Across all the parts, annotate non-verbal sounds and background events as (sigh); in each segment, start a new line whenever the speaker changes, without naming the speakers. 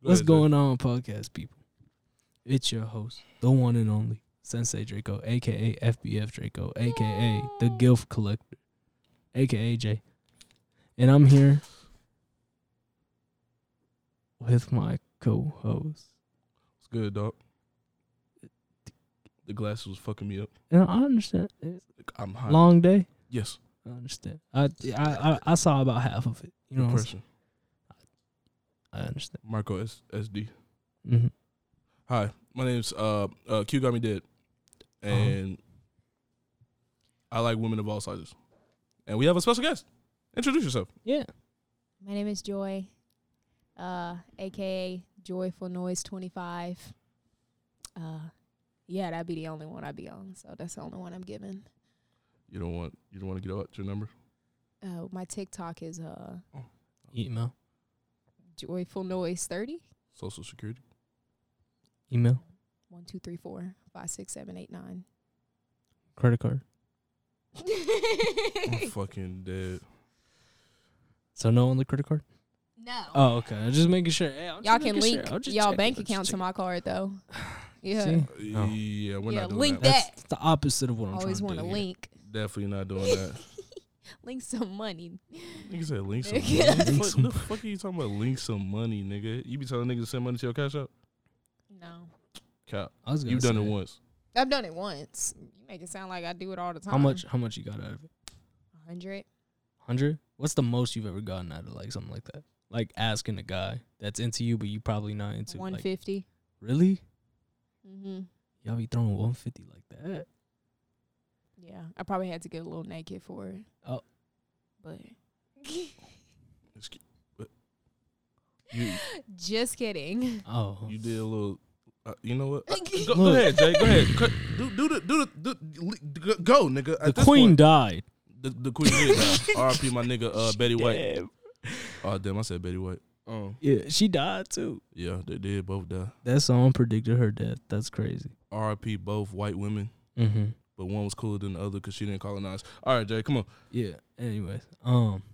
What's
ahead, Jay.
going on, podcast people? It's your host, the one and only Sensei Draco, aka FBF Draco, aka the Gilf Collector, aka Jay. And I'm here with my co host.
It's good, dog. The glasses was fucking me up.
And I understand it's
I'm
a
high.
long day.
yes,
I understand. I, I I I saw about half of it. You know what I'm saying?
person.
I understand.
Marco S- SD.
Mm-hmm.
Hi, my name's uh, uh Q. Got me dead,
Uh-huh.
and I like women of all sizes. And we have a special guest. Introduce yourself.
Yeah.
My name is Joy, uh, aka Joyful Noise Twenty Five. Uh, yeah, that'd be the only one I'd be on, so that's the only one I'm giving.
You don't want you don't want to get out your number.
Uh, my TikTok is uh,
Email.
Joyful Noise Thirty.
Social
(laughs)
security.
Email.
One two three four five six seven eight nine.
Credit card.
I'm fucking dead.
So no on the credit card?
(laughs) no,
Oh, okay. I'm just making sure. Hey, I'm just
y'all can
making sure.
link
I'm just
y'all
checking.
bank
I'm just
account to
checking.
my
(sighs)
card though. Yeah,
See?
Yeah, we're
Yeah,
not doing
link
that.
that.
That's the opposite of what I'm
always
trying
want
to
to
do.
link.
Definitely not doing that.
Link some money.
Nigga said link some money.
Nigga.
Link
Fuck,
some
the fuck are you talking about? Link some money, nigga. You be telling niggas to send money to your cash app?
No,
Cap.
I was gonna
You've done
say,
it once.
I've done it once. You make it sound like I do it all the time.
How much? How much you got out of it?
Hundred.
Hundred? What's the most you've ever gotten out of like something like that? Like asking a guy that's into you, but you probably not into.
One
Like,
fifty.
really?
Mm-hmm.
Y'all be throwing one fifty like that?
Yeah, I probably had to get a little naked for it.
Oh.
(laughs)
but
Excuse- what? You
(laughs) just kidding.
Oh,
you did a little. Uh, you know what? Uh, go,
(laughs)
go
Look.
ahead, Jay. Go
(laughs)
ahead. Cut- Do do the do the do, li- go- go, nigga.
the
At this
queen
point-
died.
the, the queen did. die. R.I.P. My nigga uh, Betty White.
Damn.
Oh damn, I said Betty White. Um,
Yeah, she died too.
yeah, they did both die.
That song predicted her death. That's crazy.
R.I.P. Both white women,
Mm-hmm.
but one was cooler than the other because she didn't colonize. All right, Jay, come on.
Yeah. Anyways, um,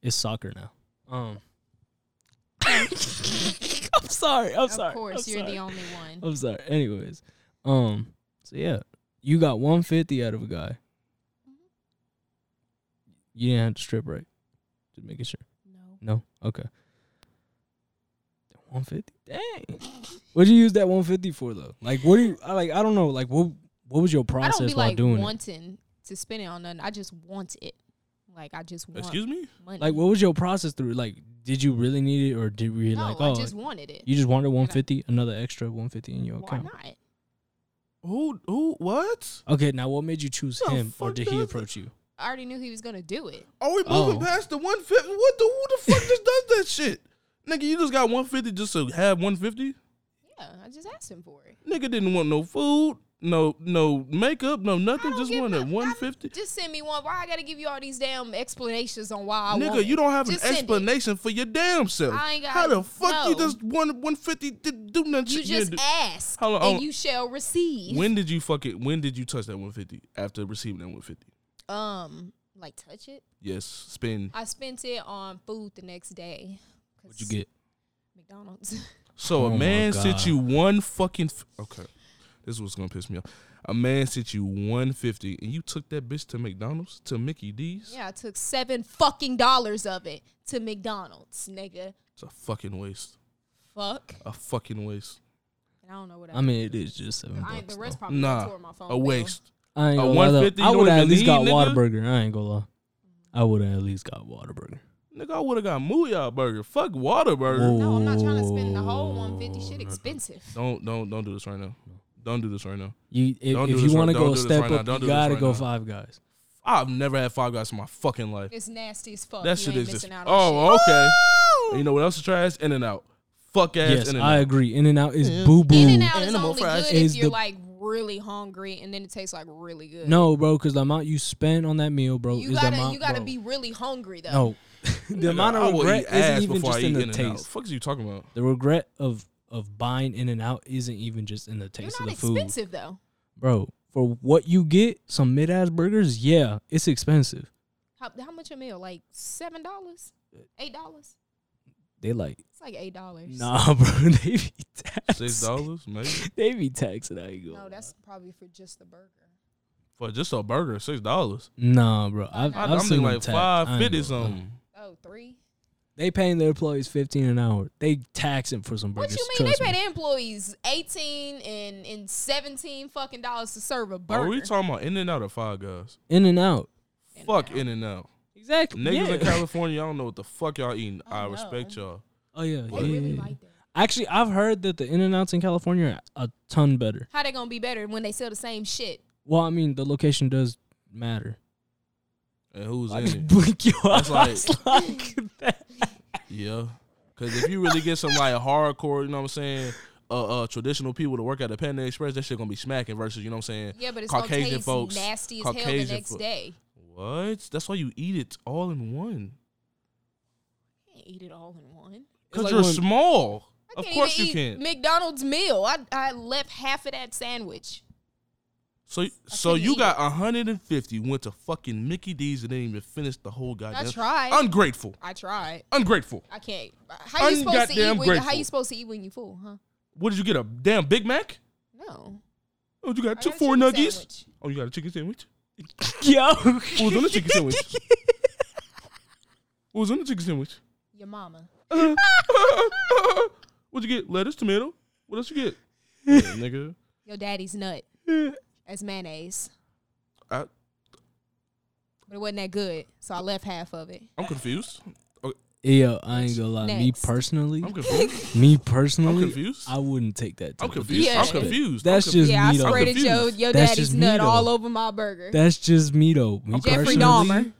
it's soccer now. Um, (laughs) I'm sorry. I'm
of
sorry.
course,
I'm
you're
sorry.
the only one.
I'm sorry. Anyways, um, so yeah, you got 150 out of a guy. You didn't have to strip, right? Just making sure.
No,
No. Okay. 150. Dang. What'd you use that 150 for though? Like, what do you? I like. I don't know. Like, what? What was your
I
process
don't be
while
like
doing it?
wanting to spend it on nothing. I just want it. Like I just want
Excuse me.
money.
Like, what was your process through? Like, did you really need it, or did we
No,
like,
I
oh,
just wanted it.
You just wanted 150, another extra 150 in your
Why
account.
not?
Who who what?
Okay, now what made you choose
The
him, or
fuck
did he
does
approach you?
I already knew he was gonna do it.
Are we
Oh.
moving past the one fifty? What the who the fuck just does that shit? Nigga, you just got one fifty just to have one fifty.
Yeah, I just asked him for it.
Nigga didn't want no food, no no makeup, no nothing.
don't
Just
give
wanted
nothing.
one fifty.
Just send me one. Why I gotta give you all these damn explanations on why I want
Nigga,
it?
you don't have
Just
an
send it.
explanation for your damn self.
I ain't got-
How the fuck you
no.
just won one fifty to do nothing?
You
shit? Yeah,
just
dude.
ask,
Hold on, hold
and
on.
you shall receive.
when did you fuck it? When did you touch that one fifty after receiving that one fifty?
um, like touch it.
Yes, spend.
I spent it on food the next day. 'cause
What'd you get?
McDonald's. (laughs)
So
Oh
a
my
man
God.
sent you one fucking. F- okay, this is what's gonna piss me off. A man sent you one fifty, and you took that bitch to McDonald's to Mickey D's.
yeah, I took seven fucking dollars of it to McDonald's, nigga.
It's a fucking waste.
Fuck.
A fucking waste.
And I don't know what I.
I mean, it is just seven
I
bucks.
the
though.
rest probably
Nah,
tore my phone.
a
down.
waste.
I ain't
a
gonna lie, though.
150
I
you
would
don't
have at
even
least got
need, nigga.
Waterburger. I ain't gonna lie. I would have at least got Waterburger.
Nigga, I would have got Mooyah Burger. Fuck Waterburger.
Whoa.
Burger.
No, I'm not trying to spend the whole 150. Shit expensive.
Don't don't don't do this right now. Don't do this right now.
You,
Don't
if,
do
if
this
you
right-
want to
don't
go
do
a
this
step
right now.
up,
Don't
you
do this
gotta
right
go
now.
Five Guys.
I've never had Five Guys in my fucking life.
It's nasty as fuck.
That
you
shit
ain't
is
missing
just.
out on shit.
Oh, okay. And you know what else is trash? In and out. Fuck ass
Yes,
In and
I
out.
agree. In and Out is boo
In
boo.
and out is
Animal
only
fries
good
is
if you're
the-
like really hungry, and then it tastes like really good.
No, bro, because the amount you spend on that meal, bro, is
you
the
gotta
amount.
you gotta
bro.
be really hungry though.
(laughs) no. the amount
I
of
will
regret
eat ass
isn't even
before
just
I
in
eat
the
In-N-Out.
taste.
Fuck is you talking about?
The regret of of buying In and Out isn't even just in the
you're
taste
not
of the food.
expensive though.
bro. For what you get, some mid ass burgers, yeah, it's expensive.
How, how much a meal? Like seven dollars, eight dollars.
They like
It's like eight dollars.
Nah, bro, (laughs) they be (laughs)
Six
taxing.
dollars maybe
They be taxing. How you go?
No, that's probably for just the burger.
for just a burger. Six dollars.
Nah, bro. I've,
I-
I'm
I've
thinking
seen them
like
tax.
five
I ain't
fifty
gonna lie.
something.
Oh, three.
They paying their employees fifteen an hour. They taxing for some burgers.
What you mean?
trust
They pay
me.
their employees eighteen and and seventeen fucking dollars to serve a burger.
Are we talking about In and Out or Five Guys?
In and out.
Fuck
In-N-Out.
In and Out.
Exactly.
Niggas
yeah.
in California, I don't know what the fuck y'all eating.
Oh,
I
no.
respect y'all.
Oh yeah,
They
yeah.
really
yeah.
like that.
Actually, I've heard that the In and Outs in California are a ton better.
How they gonna be better when they sell the same shit?
Well, I mean, the location does matter.
And who's
I
in
just (laughs)
it?
blink your
That's
eyes like
(laughs)
that.
Yeah. Cause if you really get some like hardcore, you know what I'm saying, uh uh traditional people to work at the Panda Express, that shit gonna be smacking versus, you know what I'm saying?
Yeah, but it's
Caucasian
gonna taste
folks.
nasty as hell
Caucasian
the next
fo-
day.
What? That's why you eat it all in one.
Can't eat it all in one.
It's
Cause
like
you're
when-
small.
I
Of
can't
course
even
you
eat
can.
McDonald's meal. I I left half of that sandwich.
So so
couldn't
you
eat
got 150 went to fucking Mickey D's and didn't even finish the whole goddamn.
I tried.
Ungrateful.
I tried.
Ungrateful.
I can't. How you supposed to eat?
Ungoddamn
When, you- how
grateful.
you supposed to eat when you full? Huh?
What did you get? A damn Big Mac?
No.
Oh, you
I
got two,
got a
four
chicken
nuggies.
sandwich.
Oh, you got a chicken
(laughs)
sandwich.
Yo.
What was on the chicken sandwich? what was on the chicken sandwich? (laughs)
Your mama.
What'd you get? Lettuce, tomato. What else you get? Yeah, nigga,
Your
(laughs)
daddy's nut. That's mayonnaise.
I,
But it wasn't that good, so I left half of it.
I'm confused.
Yo, I ain't gonna lie. Me
Next.
personally,
I'm confused.
me personally, (laughs)
confused.
I wouldn't take that.
I'm
type of
confused. I'm
disrespect.
confused. I'm
That's
confused.
just
Yeah, I
me though.
sprayed your,
confused.
your
That's
daddy's
just me,
nut
though.
all over my burger.
That's just me though. Me
Jeffrey
personally,
Dahmer.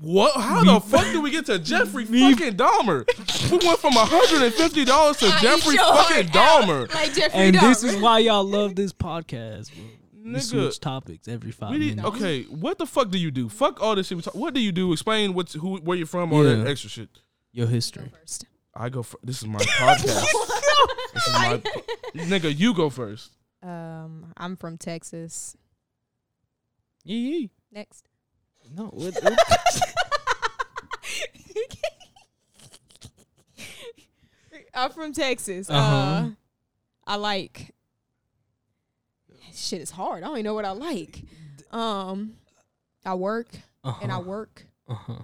What? How the fuck did we get to
(laughs)
Jeffrey fucking Dahmer? We went from hundred and fifty dollars to
I eat
Jeffrey
your heart
fucking
out
Dahmer.
(laughs) Like Jeffrey
And this
(laughs) Dahmer.
is why y'all love this podcast. Bro. We switch
Nigga,
topics every five
we
minutes.
did, okay. What the fuck do you do? Fuck all this shit. We talk, what do you do? Explain what who where you're from, all that
Yeah.
extra shit.
Your
Go
history.
first.
I go. Fir- this is my
(laughs)
podcast. this is my nigga. You go first.
Um, I'm from Texas.
Yeah, yeah.
Next.
No, what, what-
(laughs) I'm from Texas. uh
Uh-huh.
I like shit is hard. I don't even know what I like. Um I work (laughs) and I
uh-huh,
work
uh-huh.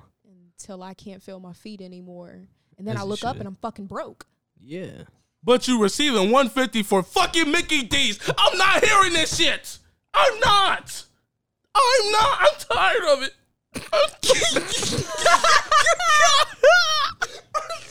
until I can't feel my feet anymore. And then
As
I
you
look up
should.
and I'm fucking
(laughs)
broke.
Yeah.
But you receiving one fifty for fucking Mickey D's. I'm not hearing this shit. I'm not. I'm not. I'm tired of it. I'm (laughs)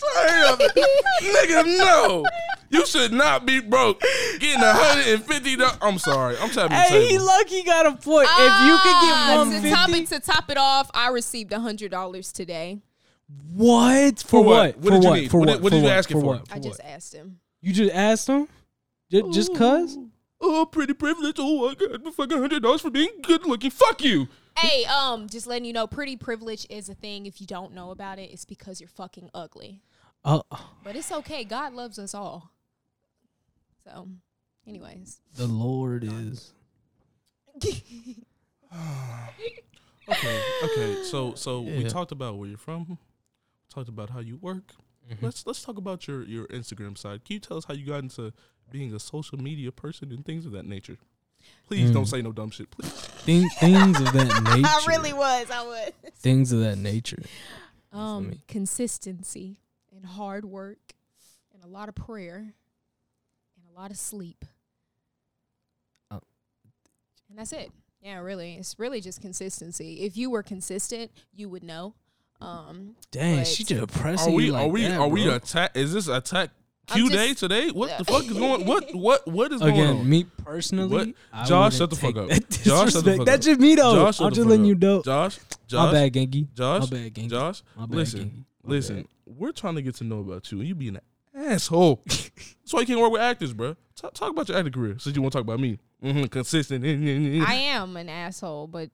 tired of it, nigga. No, you should not be broke. Getting a hundred and fifty. dollars. I'm sorry. I'm tapping the
Hey, he
table.
lucky got a point.
Ah,
if you could
to
get
top,
one
it,
fifty,
to top it off, I received hundred dollars today.
what for what
What did you
for
need?
what for
What did-
what
what did
for
you
what?
ask it
for
for?
what
I
for
just
what?
asked him.
You just asked him, Ju- just cause.
Oh, pretty privilege. Oh, I got fucking hundred dollars for being good looking. Fuck you. (sighs)
Hey, um, just letting you know, pretty privilege is a thing. If you don't know about it, it's because you're fucking ugly.
Uh,
But it's okay. God loves us all. So,
(laughs)
anyways,
the Lord is.
Okay, okay. So so we
Yeah.
talked about where you're from, talked about how you work.
Mm-hmm.
Let's let's talk about your your Instagram side. Can you tell us how you got into being a social media person and things of that nature? Please don't
Mm.
say no dumb shit. Please.
Thing, things of
(laughs)
that nature.
was. I was.
Things of that nature.
Um,
me.
consistency and hard work and a lot of prayer and a lot of sleep.
Oh.
And that's it. Yeah, really. It's really just consistency. If you were consistent, you would know. Um,
Dang,
But-
she just pressing
Are we
you like
are we
that,
are we
bro.
attack? Is this attack
I'm
Q
just-
day today? What the fuck is going?
(laughs)
What what what is going
Again,
on?
me personally,
What?
I
Josh,
wouldn't
shut the fuck
take
up.
That
Josh, shut the
disrespect.
fuck
That's
up.
just me though.
Josh, shut
I'm
the
just
fuck
letting
up.
you know.
Josh,
My
Josh,
bad, Genki.
Josh,
My bad, Genki.
Josh.
My bad,
Listen,
Genki. My
listen.
bad.
We're trying to get to know about you, and you being an asshole. (laughs) That's why you can't work with actors, bro. Talk, talk about your acting career since you want to talk about me. hmm consistent.
I am an asshole, but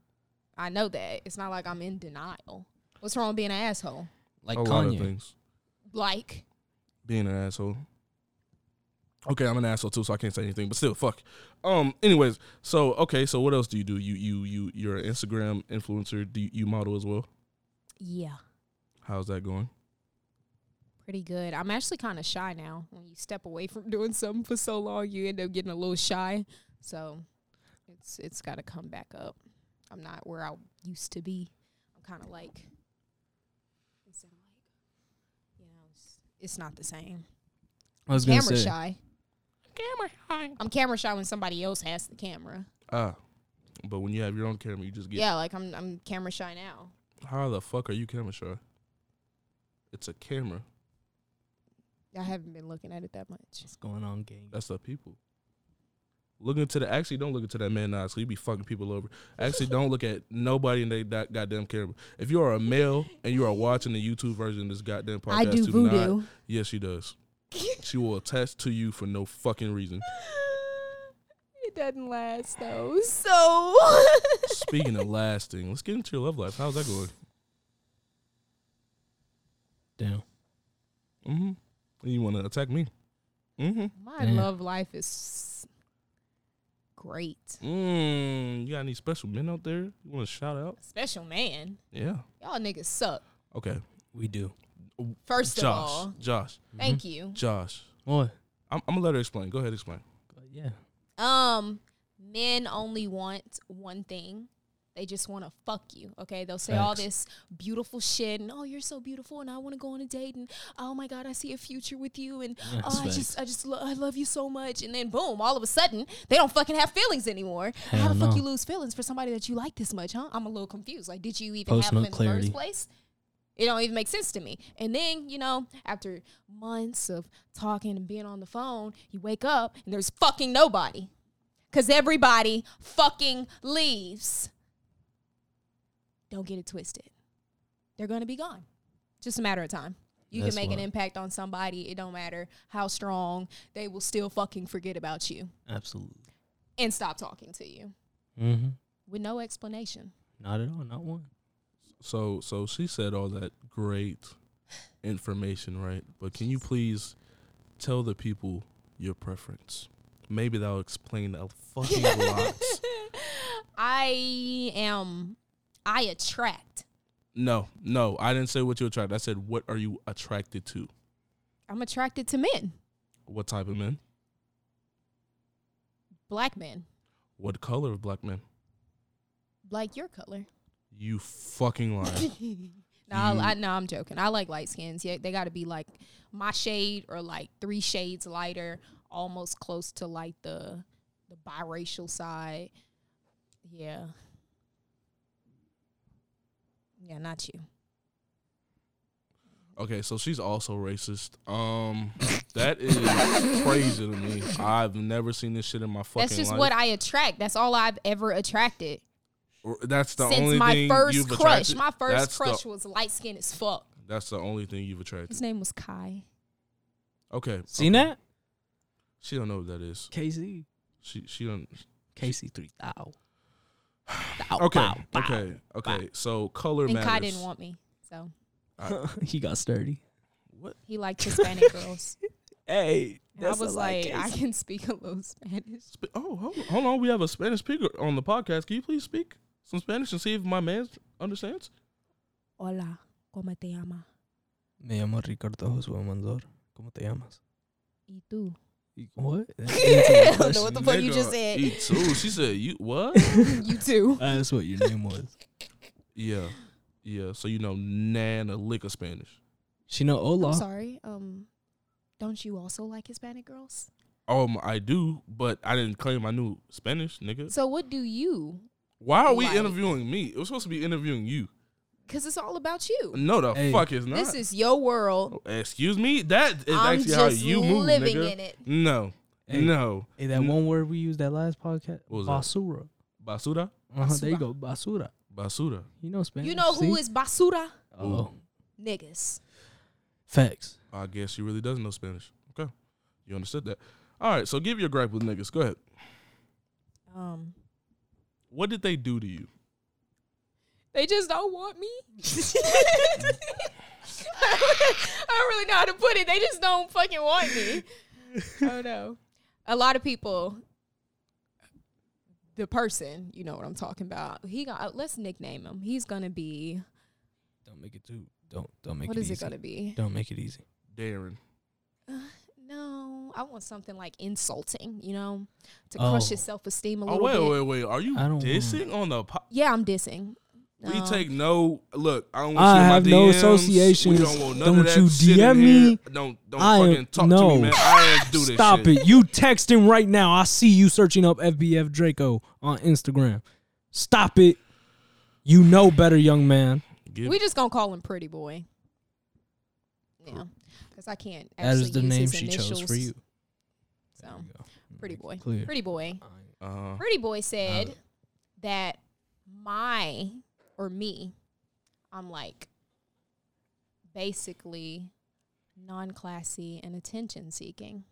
I know that. It's not like I'm in denial. What's wrong with being an asshole?
Like
a lot of
Kanye.
things.
Like,
Being an asshole. Okay, I'm an asshole too, so I can't say anything. But still, fuck. Um. Anyways, so okay, so what else do you do? You you you you're an Instagram influencer. Do you, you model as well?
yeah.
How's that going?
pretty good. I'm actually kind of shy now. When you step away from (laughs) doing something for so long, you end up getting a little shy. So it's it's got to come back up. I'm not where I used to be. I'm kind of like, it's like, you know, it's, it's not the same.
I was gonna
Camera
say.
shy. Camera shy. I'm camera shy when somebody else has the camera.
Ah, but when you have your own camera, you just get.
Yeah, like I'm I'm camera shy now.
How the fuck are you camera shy? It's a camera.
I haven't been looking at it that much.
What's going on, gang?
That's the people. Look into the actually don't look into that man eyes. 'cause You be fucking people over. Actually, don't look at nobody in they that goddamn camera. If you are a male and you are watching the YouTube version of this goddamn podcast,
I do
not-
voodoo.
Yes, she does. She will attach to you for no fucking reason.
(laughs) it doesn't last though. So (laughs)
Speaking of (laughs) lasting, let's get into your love life. How's that going?
Damn.
Mm-hmm. You want to attack me? Mm-hmm.
my
Damn.
love life is great.
Mm, you got any special men out there you want to shout out?
Special man.
Yeah.
Y'all niggas suck.
Okay.
We do. Mm-hmm.
First
Josh. Mm-hmm.
of all,
Josh.
thank you.
Josh.
What?
I'm, I'm gonna let her explain. Go ahead, explain.
Yeah.
Um, men only want one thing. They just want to fuck you. Okay, they'll say all
Facts.
this beautiful shit and oh, you're so beautiful and I want to go on a date and oh my god, I see a future with you and
Yeah,
oh, I
facts.
just, I just, lo- I love you so much. And then boom, all of a sudden, they don't fucking have feelings anymore. How
Hell
the fuck
no.
you lose feelings for somebody that you like this much, huh? I'm a little confused. Like, did you even
Post
have them
no
in the
clarity.
first place? It don't even make sense to me. And then, you know, after months of talking and being on the phone, you wake up and there's fucking nobody. Cause everybody fucking leaves. Don't get it twisted. They're gonna be gone. Just a matter of time. You
That's
can make an
wild.
impact on somebody. It don't matter how strong. They will still fucking forget about you
Absolutely.
and stop talking to you
Mm-hmm.
with no explanation.
Not at all. Not one.
So so she said all that great information, right? But can you please tell the people your preference? Maybe that'll explain a
(laughs)
fucking lot.
I am. I attract.
No, no, I didn't say what you attract. I said what are you attracted to?
I'm attracted to men,
What type of men?
black men,
What color of black men?
like your color. (laughs)
You fucking liar.
No, I, I, no, I'm joking. I like light skins. Yeah, they got to be like my shade or like three shades lighter, almost close to like the the biracial side. Yeah. Yeah, not you.
Okay, so she's also racist. Um, that is crazy to me. I've never seen this shit in my fucking
That's just
life.
what I attract. That's all I've ever attracted
Or- That's the
since
only
my
thing
first
you've
crush.
attracted.
My first
that's
crush
The,
was light skinned as fuck.
that's the only thing you've attracted.
His name was Kai.
Okay,
Seen that?
she don't know what that is.
KC.
She she don't.
KC three thou.
Oh,
Okay, okay, okay. So color
And
matters.
Kai didn't want me. So
(laughs) he got sturdy.
what?
he (laughs) liked Hispanic girls.
Hey,
And I was like, I can speak a little Spanish.
Sp- Oh, hold, hold on. We have a Spanish speaker on the podcast. Can you please speak some Spanish and see if my man understands?
Hola, ¿cómo te llama?
Me llamo Ricardo Josué Mandor. ¿Cómo te llamas?
¿Y tú?
What?
(laughs) I don't know what the fuck you
Nigga,
just said.
E too. She said you
(laughs)
what?
(laughs)
(laughs)
you too.
That's what your name was.
Yeah, yeah. So you know, nan a lick of Spanish.
She know
I'm
Olaf.
sorry. Um, don't you also like Hispanic girls?
Um, I do, but I didn't claim I knew Spanish, nigga.
So what do you?
Why are we
Right.
interviewing me? It was supposed to be interviewing you.
Because it's all about you.
No, the
Hey.
fuck is not.
This is your world.
Excuse me. That is
I'm
actually how
just
you move,
living
nigga.
in it.
No,
Hey.
no.
Hey, that one word we used that last podcast.
What was that?
basura.
Basura,
Uh-huh, there you
Basura.
go. Basura.
basura.
You know Spanish.
You know who
see?
is basura?
Oh,
Niggas.
facts.
I guess she really does know Spanish. Okay, you understood that. All right. So give your gripe with niggas. Go ahead.
Um,
What did they do to you?
they just don't
(laughs)
want me. (laughs) I don't really know how to put it. They just don't fucking want me. Oh no. A lot of people the person, you know what I'm talking about. He got let's nickname him. He's gonna be
Don't make it too. Don't don't make
what
it
is
easy.
it gonna be?
Don't make it easy.
Darren.
No, I want something like insulting, you know, to
Oh.
crush his self esteem a
Oh
little
wait,
bit.
wait, wait. Are you
I don't
dissing on the? Po-
Yeah, I'm dissing. No.
We take no look. I don't want
I
you in my
have no
DMs.
associations.
We don't want none
Don't
of that
you
shit in here.
DM me.
Don't don't
I am-
fucking talk to
no.
me, man. I ain't do this.
Stop
shit.
it. You texting right now. I see you searching up FBF Draco on Instagram. Stop it. You know better, young man.
Give-
We just gonna call him Pretty Boy. Yeah, because I can't.
That
Actually
is the
use
name
his
she chose for
initials.
you.
So,
There you go.
Pretty
Make it
Boy.
Clear.
Pretty Boy.
uh,
Pretty Boy said that my or me, I'm like basically non classy and attention seeking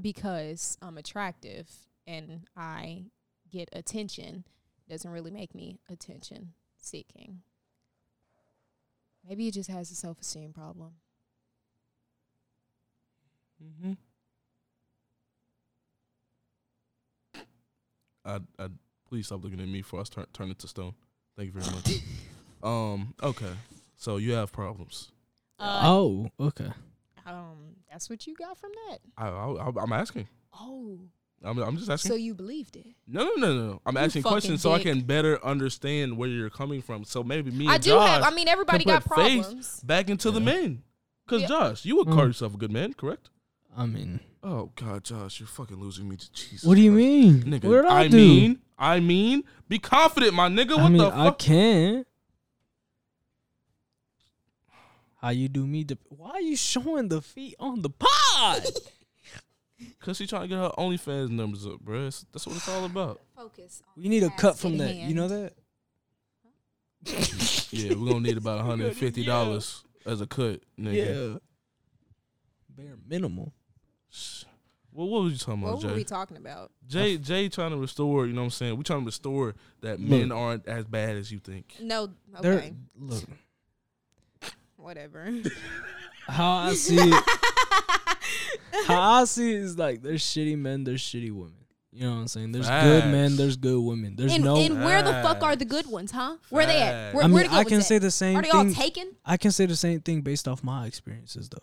because I'm attractive and I get attention. Doesn't really make me attention seeking. Maybe he just has a self esteem problem.
Mm-hmm.
mhm. I, I, please stop looking at me before I turn turn it to stone. Thank you very
(laughs)
much. um. Okay. So you have problems.
Uh,
Oh, okay.
Um, that's what you got from that.
I, I I'm asking.
Oh,
I'm I'm just asking.
so you believed it?
no, no, no, no. I'm
You
asking
fucking
questions so I
dick.
can better understand where you're coming from. So maybe me.
I
and
do
Josh
have. I mean, everybody
can
got
put faith
problems.
back into the
Yeah.
men. Because,
Yeah.
Josh, you would
Mm.
call yourself a good man, correct?
I mean,
Oh, God, Josh, you're fucking losing me to Jesus.
what do you
Christ.
mean?
Nigga,
what did I,
I,
do?
mean, I mean, be confident, my nigga. What
I mean,
the
I
fuck?
can. How you do me? Dep- Why are you showing the feet on the
(laughs)
pod?
Because she trying to get her OnlyFans numbers up, bruh. It's- That's what it's all about.
Focus. on
we need a
task
cut from
at
that. You
hand.
know that?
Yeah, we're going to need about
(laughs)
$150 as a cut, nigga.
Yeah. Bare minimal.
Well, what was you talking about,
What
Jay?
were we talking about?
Jay, Jay trying to restore, you know what I'm saying? we trying to restore that
Look.
men aren't as bad as you think.
No, okay,
There- look,
whatever.
how I see
(laughs)
it, how I see it is like there's shitty men, there's shitty women. You know what I'm saying? There's good men,
Facts.
there's good women. There's
and
no.
and where the fuck are the good
Facts.
ones, huh? Where they at?
Facts.
Where,
I
where
mean,
the good
I can
ones
say
at?
the same
Are they all
thing.
taken?
I can say the same thing based off my experiences though.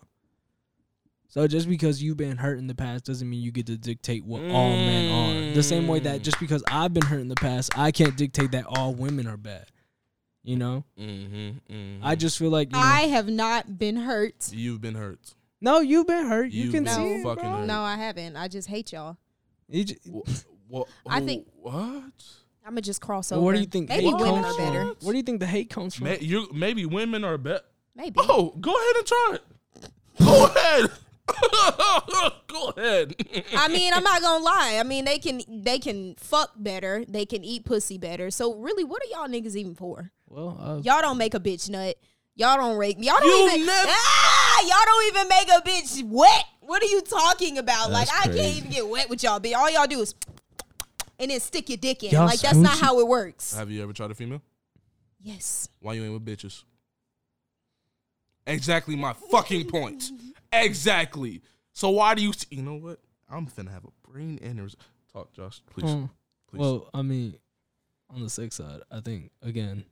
So just because you've been hurt in the past doesn't mean you get to dictate what all men are. The same way that
Mm.
just because I've been hurt in the past, I can't dictate that all women are bad. You know?
Mm-hmm,
I just feel like you know,
I have not been hurt.
You've been hurt.
No, you've been hurt. you
You've
can
been
see it,
fucking
bro.
hurt.
No, I haven't. I just hate y'all.
You ju-
What?
I think-
what?
I'ma just cross
So
over.
where do you think
Maybe
hate
women
comes
are
from?
better.
Where do you think the hate comes from?
Ma- you maybe women are better.
Maybe.
Oh, go ahead and try it. Go ahead. (laughs) go ahead.
I mean, I'm not gonna lie. I mean, they can they can fuck better. They can eat pussy better. So really, what are y'all niggas even for?
Well, uh,
Y'all don't make a bitch nut. Y'all don't rape. Y'all don't
You
even.
nev-
ah, y'all don't even make a bitch wet. What are you talking about?
That's
like I can't
crazy.
even get wet with y'all. But all y'all do is and then stick your dick in.
Y'all Uh,
like that's not
smoochy.
how it works.
Have you ever tried a female?
yes.
Why you ain't with bitches? Exactly my fucking point. Exactly. So why do you? you know what? I'm finna have a brain aneurysm. Talk, Josh, please.
hmm.
please.
Well, I mean, on the sex side, I think again,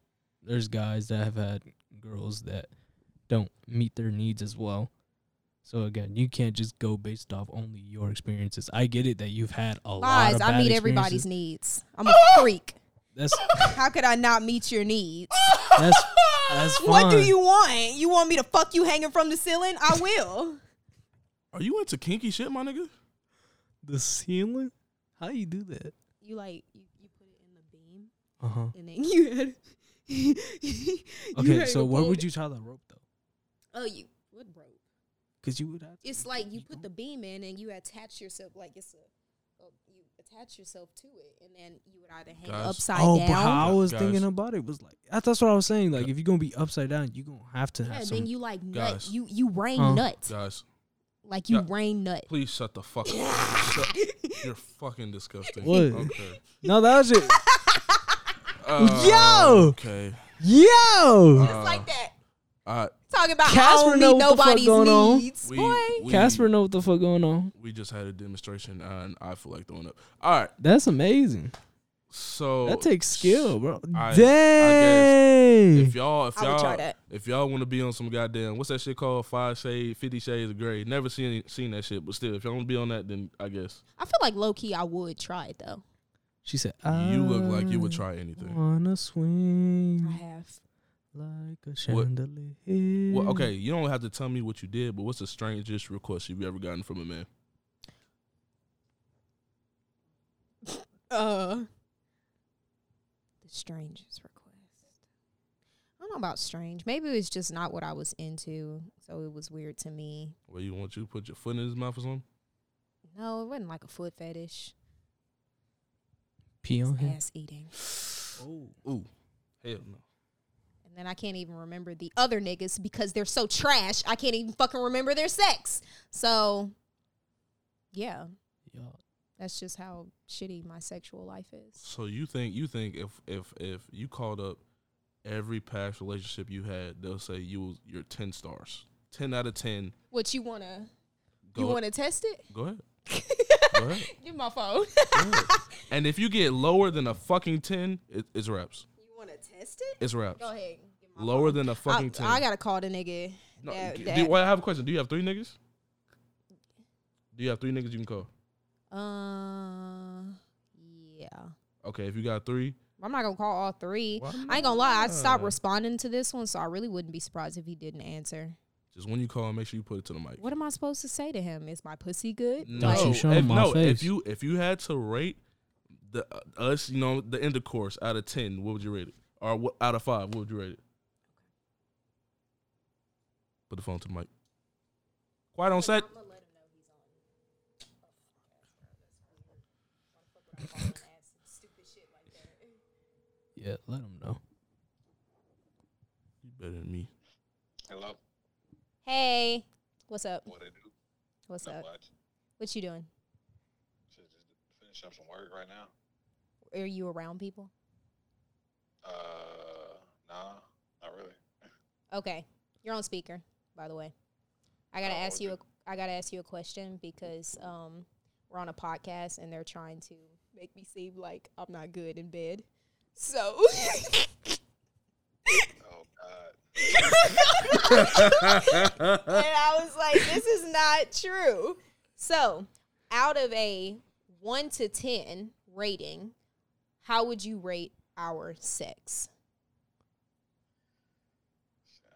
there's guys that have had girls that don't meet their needs as well. So again, you can't just go based off only your experiences. I get it that you've had a lot
Lies.
of
I
bad
meet everybody's
experiences.
needs. I'm
(laughs)
a freak.
That's
(laughs) How could I not meet your needs?
that's that's fine.
(laughs) What do you want? You want me to fuck you hanging from the ceiling? I will.
are you into kinky shit, my nigga?
The ceiling? How you do that?
(laughs) You like you, you put it in the beam
Uh huh.
and then (laughs) you had.
Okay, so where would you tie that rope though?
Oh, you wood rope.
Because you would have. to-
It's like you put the beam in and you attach yourself like it's a, a- you attach yourself to it and then you would either hang
Guys.
upside
oh, but
down.
how I was
Guys.
thinking about it was like I- that's what I was saying. Like if you're gonna be upside down, you're gonna have to
Yeah,
have
and
some.
then you like nut.
Guys.
You you rain
Huh?
nut.
Guys,
Like you
Yeah.
rain nut.
please shut the fuck up. Shut-
(laughs)
You're fucking disgusting.
What?
Okay.
no, that was it.
Uh,
Yo!
Okay.
(laughs) Yo,
Uh,
Just like that.
Uh,
Talking about
Casper
I don't
know
need
what the fuck
nobody's
going on.
needs.
we,
Boy.
we,
Casper, know what the fuck going on?
We just had a demonstration, and I feel like throwing up. All right.
That's amazing.
So
That takes skill, bro.
I- I guess
Dang.
If y'all, if
I would try
y'all,
that.
if y'all want to be on some goddamn, what's that shit called? Five shade, Fifty Shades of Grey. Never seen seen that shit, but still, if y'all want to be on that, then I guess
I feel like low key I would try it though.
she said, I
you look like you would try anything.
Wanna swing
I have.
like a chandelier.
Well, okay, you don't have to tell me what you did, but what's the strangest request you've ever gotten from a man?
Uh, the strangest request. I don't know about strange. Maybe it was just not what I was into, so it was weird to me.
Where you want you to put your foot in his mouth or something?
No, it wasn't like a foot fetish.
Pee on
It's
him.
ass eating.
Oh, ooh, hell no.
And then I can't even remember the other niggas because they're so trash. I can't even fucking remember their sex. So, yeah,
Y'all-
that's just how shitty my sexual life is.
So you think you think if if if you called up every past relationship you had, they'll say you was- you're ten stars, ten out of ten.
What you wanna?
Go
you wanna test it?
go ahead. Go ahead.
(laughs) Give me my phone.
And if you get lower than a fucking ten, it, it's raps.
(laughs) you wanna test it?
It's raps.
Go ahead. Give my
Lower than a fucking
I,
ten.
I gotta call the nigga.
No,
that-
do-
that-
well, I have a question. Do you have three niggas? Do you have three niggas you can call?
Uh, yeah.
Okay, if you got three,
I'm not gonna call all three.
Why
I ain't gonna lie. I stopped
not?
responding to this one, so I really wouldn't be surprised if he didn't answer.
just when you call, make sure you put it to the mic.
What am I supposed to say to him? Is my pussy good?
Don't you show 'em
if,
my
no,
face.
if you if you had to rate the uh, us, you know, the intercourse out of ten, what would you rate it? Or what, out of five, what would you rate it? Put the phone to the mic. Quiet on set.
Yeah, let him (laughs) know.
You better
(laughs)
than me. (laughs)
Hello,
Hey, what's up?
what it do?
What's
Not
up?
much.
What you doing?
Should just finish up some work right now.
Are you around people?
Uh, nah, not really.
Okay, you're on speaker, by the way. I gotta
Oh,
ask you. A,
okay.
I gotta ask you a question because um, we're on a podcast and they're trying to make me seem like I'm not good in bed. So (laughs)
Oh God,
and I was like, this is not true. So, out of a one to 10 rating, how would you rate our sex?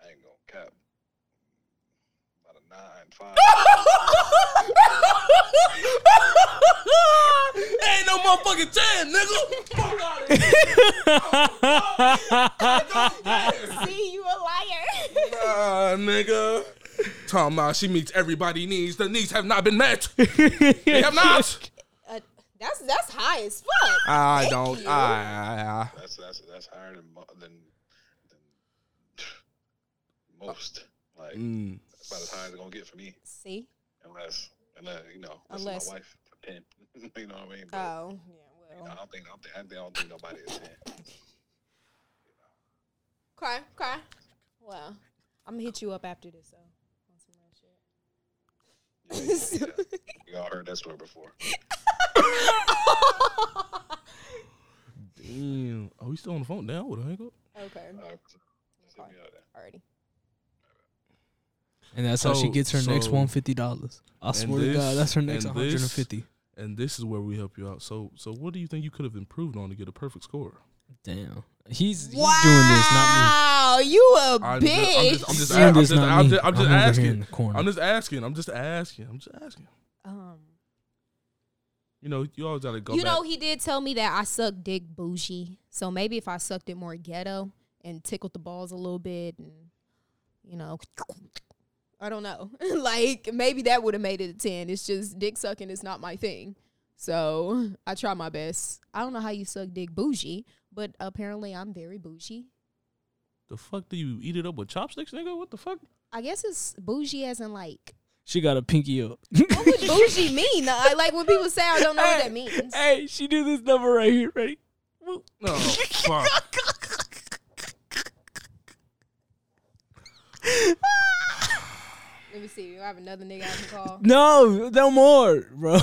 I ain't gonna cap. About a nine
(laughs)
five.
(laughs) Ain't no motherfucking ten, nigga. Fuck out of here.
See, you a
(laughs)
liar.
Nah, nigga. Talking about she meets everybody needs. The needs have not been met. They have not.
Uh, that's that's high as fuck.
(laughs) I don't. I.
That's that's that's higher than mo- than, than (sighs) most. Like
Mm.
that's about as high as it's gonna get for me,
See?
unless unless you know
Unless-
unless my wife a ten. (laughs) you know what I mean? But,
Oh, yeah,
you know, I
well.
don't think I don't think, I don't think nobody is
(laughs)
ten.
Okay, okay. Well, I'm gonna hit you up after (laughs) this, though.
Yeah, yeah, yeah. Y'all heard that story before.
Damn. Are we still on the phone now with a hang up?
okay,
Uh, let's hit me out of there.
already.
And that's how she
So-
gets her next
so-
one fifty dollars. I
And
swear to
this-
God, that's her next one
and
hundred
this-
and fifty.
And this is where we help you out. So, so what do you think you could have improved on to get a perfect score?
Damn, he's, he's doing this, not me.
Wow, you a
I'm
bitch.
just- I'm just- I'm just
He's doing
I'm
this,
just-
not
I'm
me.
just- I'm just
over here
asking.
in the corner.
I'm just asking. I'm just asking. I'm just asking.
um,
You know, you always gotta go
you
back.
know, he did tell me that I suck dick bougie. So maybe if I sucked it more ghetto and tickled the balls a little bit, and you know, I don't know. (laughs) like maybe that would have made it a ten. It's just dick sucking is not my thing. So I try my best. I don't know how you suck dick bougie, but apparently I'm very bougie.
the fuck do you eat it up with chopsticks, nigga? What the fuck?
I guess it's bougie as in like
she got a pinky up.
(laughs)
(laughs)
what would bougie mean? I, like when people say I don't know what that means.
hey, she do this number right here. Ready? (laughs)
No, (laughs) fuck.
Let me see. You have another nigga I can call.
(laughs) No, no more, bro.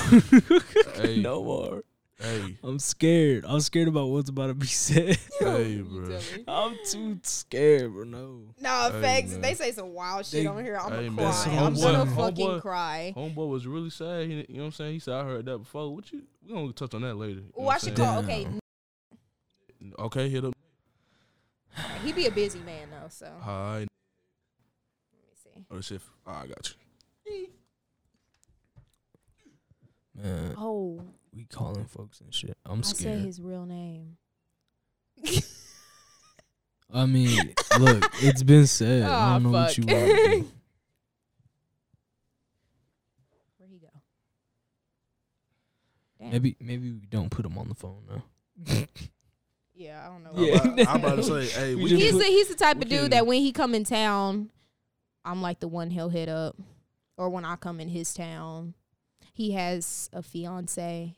Hey.
no more.
(laughs) Hey,
I'm scared. I'm scared about what's about to be (laughs) said.
hey,
You
bro.
tell me.
I'm too scared, bro. No.
Nah,
Hey,
facts.
man.
They say some wild shit
They-
on here. I'm
Hey,
gonna
man.
cry.
That's
I'm
homeboy.
gonna fucking
Homeboy.
cry.
Homeboy was really sad. He, you know what I'm saying? He said, I heard that before. What you? We gonna touch on that later. You know
Oh,
what
I
I'm
should
saying?
call. Okay,
Damn.
Okay, hit him.
he be a busy man though. So let
Hi.
me see.
Oh shit. Ah, I got you.
Man,
Oh,
we calling folks and shit. I'm
I say
scared.
his
(laughs)
real name.
I
(laughs)
mean, look, it's been said. I
Aw,
don't know what you
fuck.
want.
(laughs)
to do.
Where he go? Damn.
Maybe maybe we don't put them on the phone now.
(laughs) Yeah, I don't know.
Yeah.
what-
I'm, about, I'm about
(laughs)
to say,
(laughs)
hey,
We
we,
just
he's
can-
the he's the type
we
of dude
can-
that when he come in town, I'm like the one he'll hit up, or when I come in his town, he has a fiance.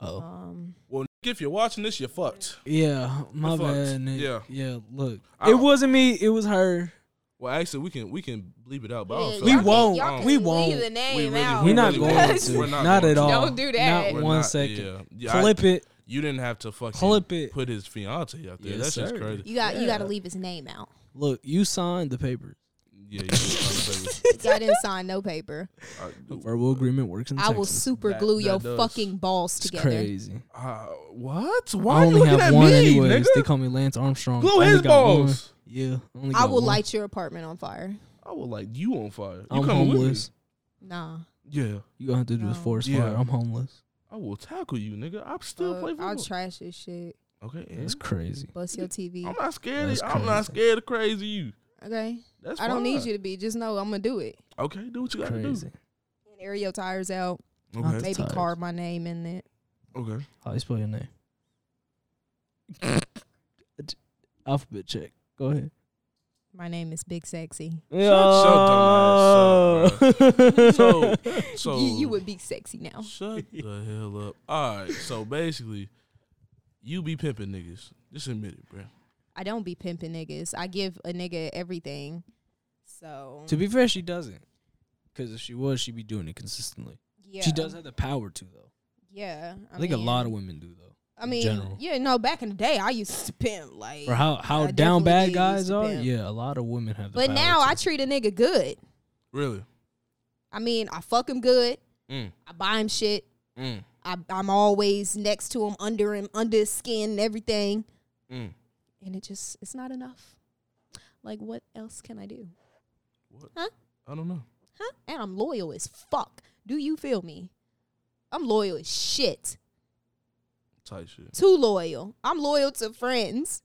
Oh.
Um,
well, nigga, if you're watching this, you're fucked.
Yeah, my
fucked.
bad. Nick.
Yeah.
yeah. Look,
I
it
don't-
wasn't me. It was her.
Well, actually, we can we can bleep it out, but I don't
yeah,
feel
We
like
y'all
it.
won't.
can- y'all can
We
leave
won't.
The name
really-
out.
We're
We
not
(laughs)
really
going
won't.
to.
We're
not
not
at
going
all.
to.
Don't do that.
Not
We're
one
not-
second.
Yeah, yeah I-
Clip it.
you didn't have to fucking
Clip it.
put his fiance out there.
Yes,
That's just
sir.
crazy.
(laughs)
You got you got to
Yeah.
leave his name (laughs) out.
Look, you signed the papers.
Yeah, you just
I didn't sign no paper.
(laughs)
kinda
The
baby.
verbal agreement works in
I will
Texas.
super
That-
glue
that
your
does.
fucking balls
It's
together.
crazy.
Uh, what? Why
I
you
only
looking
have
at
one
me,
anyways. They
nigga?
call me Lance Armstrong.
Glue
I only
his
got one.
balls.
Yeah, I only
I
got
will
one.
light your apartment on fire.
I would like you on fire. You
I'm
coming with me?
homeless.
Nah.
Yeah,
You gonna have to do this
No.
for us.
Yeah.
fire. I'm homeless.
I will tackle you, nigga. I still
Fuck,
play
Uh, I'll
football.
trash this shit.
okay,
That's
and
crazy.
Bust your TV.
I'm not scared.
That's
Of, I'm not
crazy.
scared of crazy you.
Okay.
That's
I don't need
fine.
you to be. Just know I'm gonna do it.
Okay, do what you gotta
Crazy.
And air your tires out.
do.
Not
Okay,
Maybe
tires.
carve my name in it.
okay.
How you spell your
(laughs)
name? Alphabet check. Go ahead.
My name is
(laughs)
Big Sexy.
your So,
(laughs)
so
you, you would be sexy now.
Shut
(laughs)
the hell up. All right, so basically, you be pimping niggas. Just admit it, bro.
I don't be pimping niggas. I give a nigga everything. So
To be fair, she doesn't. Because if she was, she'd be doing it consistently.
yeah.
She does have the power to, though.
Yeah.
I, think a
mean-
lot of women do, though.
I mean,
general.
yeah, no, back in the day, I used to pimp like,
For how, how
I
down
definitely
bad
did used
guys
to
are,
pimp.
yeah, a lot of women have the
but
power
now
to.
I treat a nigga good.
Really?
I mean, I fuck him good.
Mm,
I buy him shit.
mm,
I, I'm always next to him, under him, under his skin, and everything.
mm.
And it just, it's not enough. Like, what else can I do?
What?
Huh?
I don't know.
Huh? And I'm loyal as fuck. Do you feel me? I'm loyal as shit.
Tight shit.
Too loyal. I'm loyal to friends.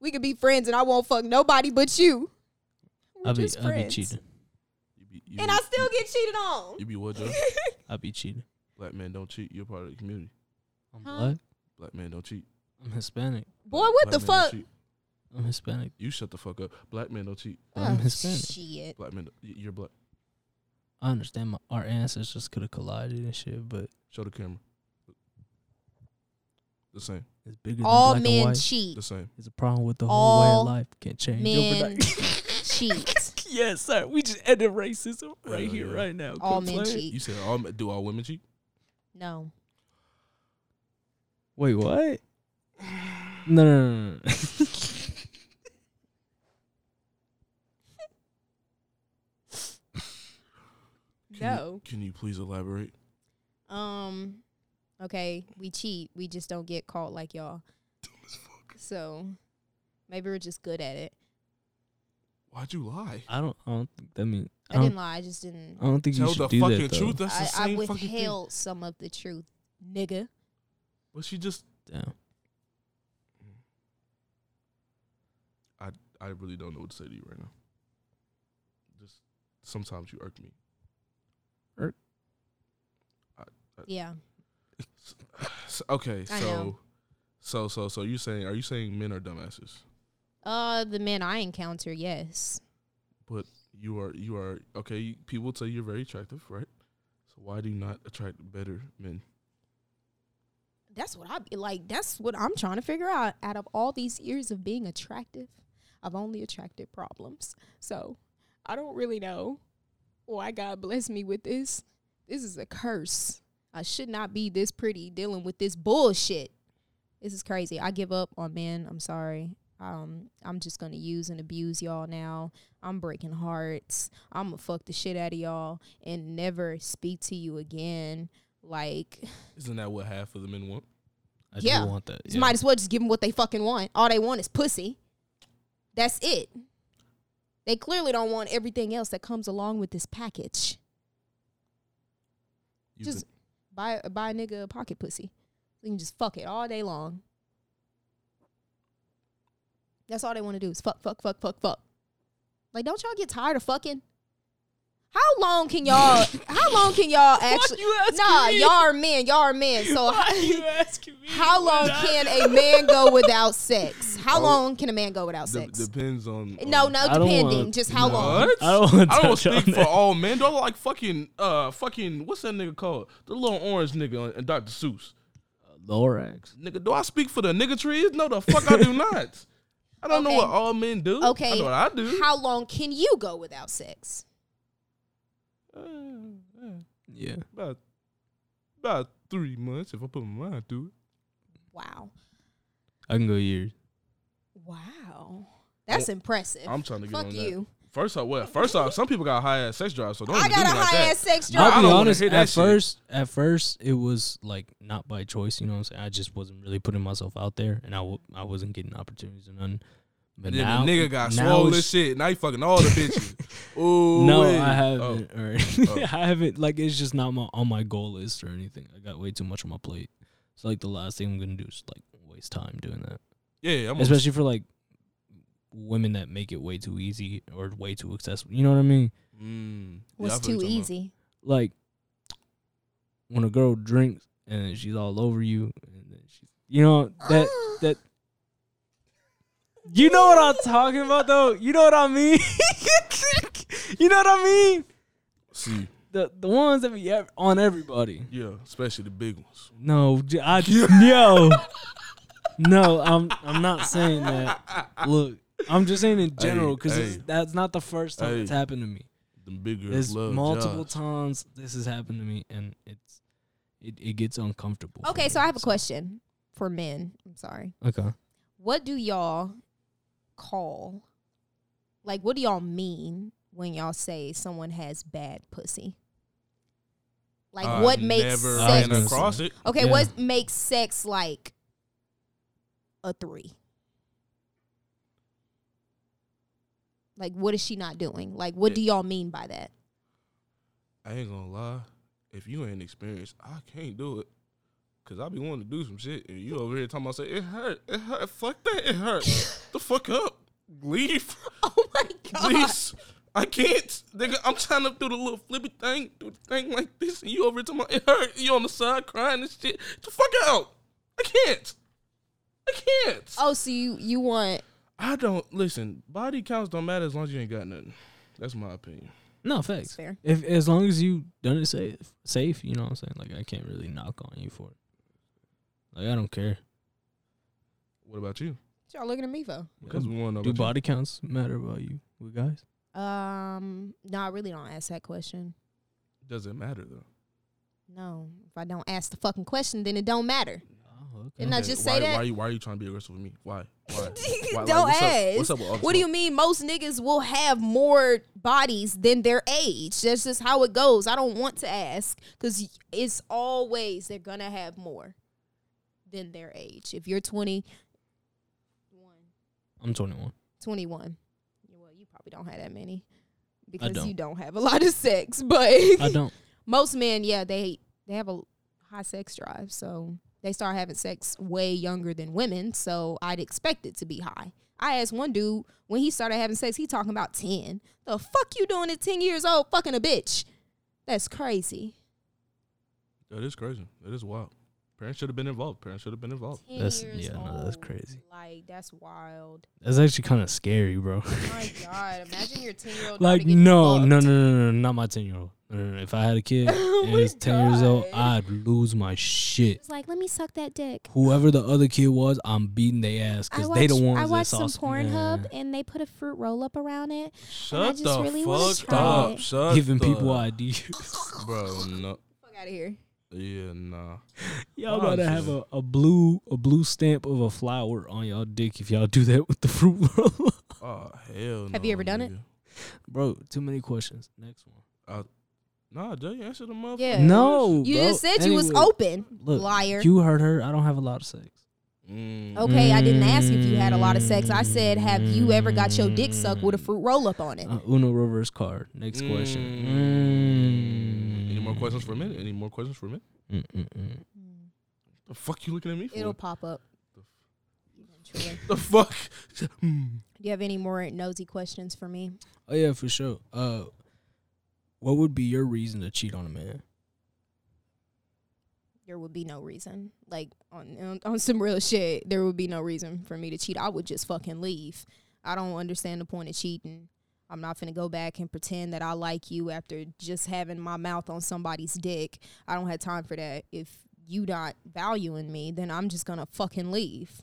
We could be friends, and I won't fuck nobody but you. We're
I be,
just
I be
friends.
cheating.
You be, you
And
be-
I still get cheated on. (laughs)
You be what, Joe?
I be cheating.
Black man don't cheat. You're part of the community.
I'm
Huh?
black.
Black man don't cheat.
I'm Hispanic.
Boy, what
Black
the
man don't
fuck?
cheat.
I'm Hispanic.
You shut the fuck up. Black man don't cheat.
I'm
Oh,
Hispanic.
shit.
Black man, don't- y- you're black.
I understand my, our ancestors could have collided and shit, but
Show the camera. The same.
it's bigger
All
than black and
men
white.
cheat.
The same.
it's a problem with the whole way
All
of life. Can't change
Men
overnight. (laughs)
(laughs)
cheat.
yes, sir. We just ended racism right
Hell
here,
yeah.
right now.
All
Quit
men
playing.
You
cheat.
said all men- do all women cheat?
No.
(sighs) Wait, what? No, no, no, no, no.
Can you-
No.
Can you please elaborate?
Um. Okay, we cheat. We just don't get caught like y'all. So maybe we're just good at it.
Why'd you lie?
I don't. I don't think that mean. I
I
don't.
didn't lie. I just didn't.
I don't think
Tell
you should
the
do
fucking
that.
truth. That's the
I, I
same fucking thing.
withheld some of the truth, nigga.
But she just
though. Damn.
I really don't know what to say to you right now. Just sometimes you irk me. (sighs)
Irk?
Yeah.
S- okay,
I
so
know.
so so so you saying are you saying men are dumbasses?
Uh, the men I encounter, yes.
But you are you are okay. you- People tell you're very attractive, right? So why do you not attract better men?
That's what I be like. That's what I'm trying to figure out. Out of all these years of being attractive, I've only attracted problems. So I don't really know why God blessed me with this. This is a curse. I should not be this pretty dealing with this bullshit. This is crazy. I give up on men. I'm sorry. Um, I'm just gonna use and abuse y'all now. I'm breaking hearts. I'm gonna fuck the shit out of y'all and never speak to you again. Like,
Isn't that what half of the men want?
I
Yeah.
do want that.
just
yeah.
might as well just give them what they fucking want. All they want is pussy. That's it. They clearly don't want everything else that comes along with this package.
You
just
can-
buy buy a nigga a pocket pussy. You can just fuck it all day long. That's all they want to do is fuck, fuck, fuck, fuck, fuck. Like, don't y'all get tired of fucking? How long can
(laughs)
y'all? how long can y'all actually?
you asking
nah,
me?
y'all are men. Y'all are
(laughs)
men. So
you asking me?
how long (laughs) can a man go without sex? How
Oh.
long can a man go without
de-
sex?
depends on.
no,
on-
no,
I don't
depending.
wanna-
just how
no.
long?
What?
I don't
(laughs)
wanna
I don't
touch on
speak for
that.
all men. Don't like fucking uh fucking what's that nigga called? The little orange nigga and Dr. Seuss.
Lorax.
Nigga, do I speak for the nigga trees? No, the fuck I
(laughs)
do not. I don't know
Okay.
what all men do.
Okay.
I know what I do.
How long can you go without sex?
Uh, uh,
Yeah.
about about three months if I put my mind to
Wow.
I can go years.
Wow. That's impressive.
it. Oh, I'm trying to get
Fuck
on that.
you.
First off, what? First off, some people got high ass sex drive, so don't
I
even do
got a
me like
high
that.
ass sex
Nah, I
I'll
drive.
be
don't wanna
honest.
hear
At
that shit.
first, at first, it was like not by choice. You know what I'm saying? I just wasn't really putting myself out there, and I w- I wasn't getting opportunities or nothing. But
And then
now,
the nigga got
now
swole
it's-
as shit. Now you fucking all the bitches. Ooh,
(laughs) No,
wait.
I
Oh.
(laughs) haven't. Or I haven't. Like it's just not my, on my goal list or anything. I got way too much on my plate. So like the last thing I'm gonna do is like waste time doing that.
Yeah, I'm
especially for like women that make it way too easy or way too accessible. You know what I mean?
Mm.
Was
Yeah, I feel
too
what you're talking about.
easy.
Like when a girl drinks and she's all over you, and then she's you know that that. You know what I'm talking about, though. You know what I mean. (laughs) you know what I mean.
See,
The the ones that be ev- on everybody.
yeah, especially the big ones.
No, j- I (laughs) no, no. I'm I'm not saying that. Look, I'm just saying in general because
hey.
that's not the first time it's
Hey.
happened to me.
The bigger
There's
love
multiple
jobs.
times this has happened to me, and it's it, it gets uncomfortable. for
Okay,
me,
so I have a question for men. I'm sorry.
Okay,
What do y'all call? Like, what do y'all mean when y'all say someone has bad pussy? Like,
I
what makes
never
ran
sex?
ran across it?
Okay,
Yeah.
what makes sex like a three? Like, what is she not doing? Like, what
Yeah.
do y'all mean by that?
I ain't gonna lie. If you ain't experienced, I can't do it. Cause I be wanting to do some shit, and you over here talking about say it hurt, it hurt, fuck that, it
(laughs)
hurt. the fuck up, leave,
(laughs) Oh my (laughs) god!
please. I can't, nigga. I'm trying to do the little flippy thing, do the thing like this, and you over here talking about it hurt. You on the side crying and shit. Get the fuck out. I can't. I can't.
Oh, so you you want?
I don't listen. Body counts don't matter as long as you ain't got nothing. That's my opinion.
no facts.
fair.
If as long as you done it safe, safe. You know what I'm saying? Like I can't really knock on you for it. Like I don't care.
What about you?
What y'all looking at me for?
Because we want to know
Do
about you.
body counts matter about you, with guys?
Um, no, I really don't ask that question.
Doesn't matter though.
No, if I don't ask the fucking question, then it don't matter.
Oh, okay.
Didn't I
Okay,
just
why,
say that?
Why are you Why are you trying to be aggressive with me? Why?
(laughs)
Why? Why- like,
don't
what's
ask.
Up, what's up with all this
what do you
talk?
mean? Most niggas will have more bodies than their age. That's just how it goes. I don't want to ask because it's always they're gonna have more than their age. If you're 20,
I'm 21.
21, well, you probably don't have that many because
don't.
you don't have a lot of sex. (laughs) But
(laughs) I don't.
most men, yeah, they they have a high sex drive, so they start having sex way younger than women. So I'd expect it to be high. I asked one dude when he started having sex, he talking about ten. The fuck you doing at ten years old, fucking a bitch? That's crazy.
That is crazy. That is wild. Parents should have been involved. Parents should have been involved.
10
Oh, That's- yeah, no, that's crazy.
Like that's wild.
That's actually kind of scary, bro.
Oh
(laughs)
My God, imagine your ten year old.
like no, no, no, no, no, not my ten year old. No, no, no. If I had a
(laughs)
kid
Oh
and
my
it's ten years old,
God.
I'd lose my shit.
It's like let me suck that dick.
Whoever the other kid was, I'm beating their ass
I
because
watched,
they the ones
I
that
watched
saw
some Pornhub
Yeah.
and they put a fruit roll up around it. I
Shut
just
the
really wanna
fuck
try
up.
it.
Shut
giving
the,
people IDs.
Bro, no.
Fuck out of here.
Yeah, nah.
(laughs) Y'all gotta have a, a blue a blue stamp of a flower on y'all dick if y'all do that with the fruit roll.
Oh hell.
Have you
no,
ever done it?
nigga.
(laughs) Bro, too many questions. Next one.
Nah, Jay, answer the motherfucker.
Yeah.
No,
You
bro.
just said you was
Anyway,
open.
Look,
Liar.
You heard her. I don't have a lot of sex.
Mm.
okay, I didn't ask if you had a lot of sex. I said, have you ever got your dick sucked with a fruit roll up on it?
Uh, Uno reverse card. Next question.
Mm. Any more questions for a minute? Any more questions for a minute?
Mm, mm, mm.
The fuck you looking at me for?
It'll pop up. Eventually.
the fuck? (laughs)
Do you have any more nosy questions for me?
Oh yeah, for sure. Uh, what would be your reason to cheat on a man?
There would be no reason. Like on, on on some real shit, there would be no reason for me to cheat. I would just fucking leave. I don't understand the point of cheating. I'm not finna go back and pretend that I like you after just having my mouth on somebody's dick. I don't have time for that. If you not valuing me, then I'm just gonna fucking leave.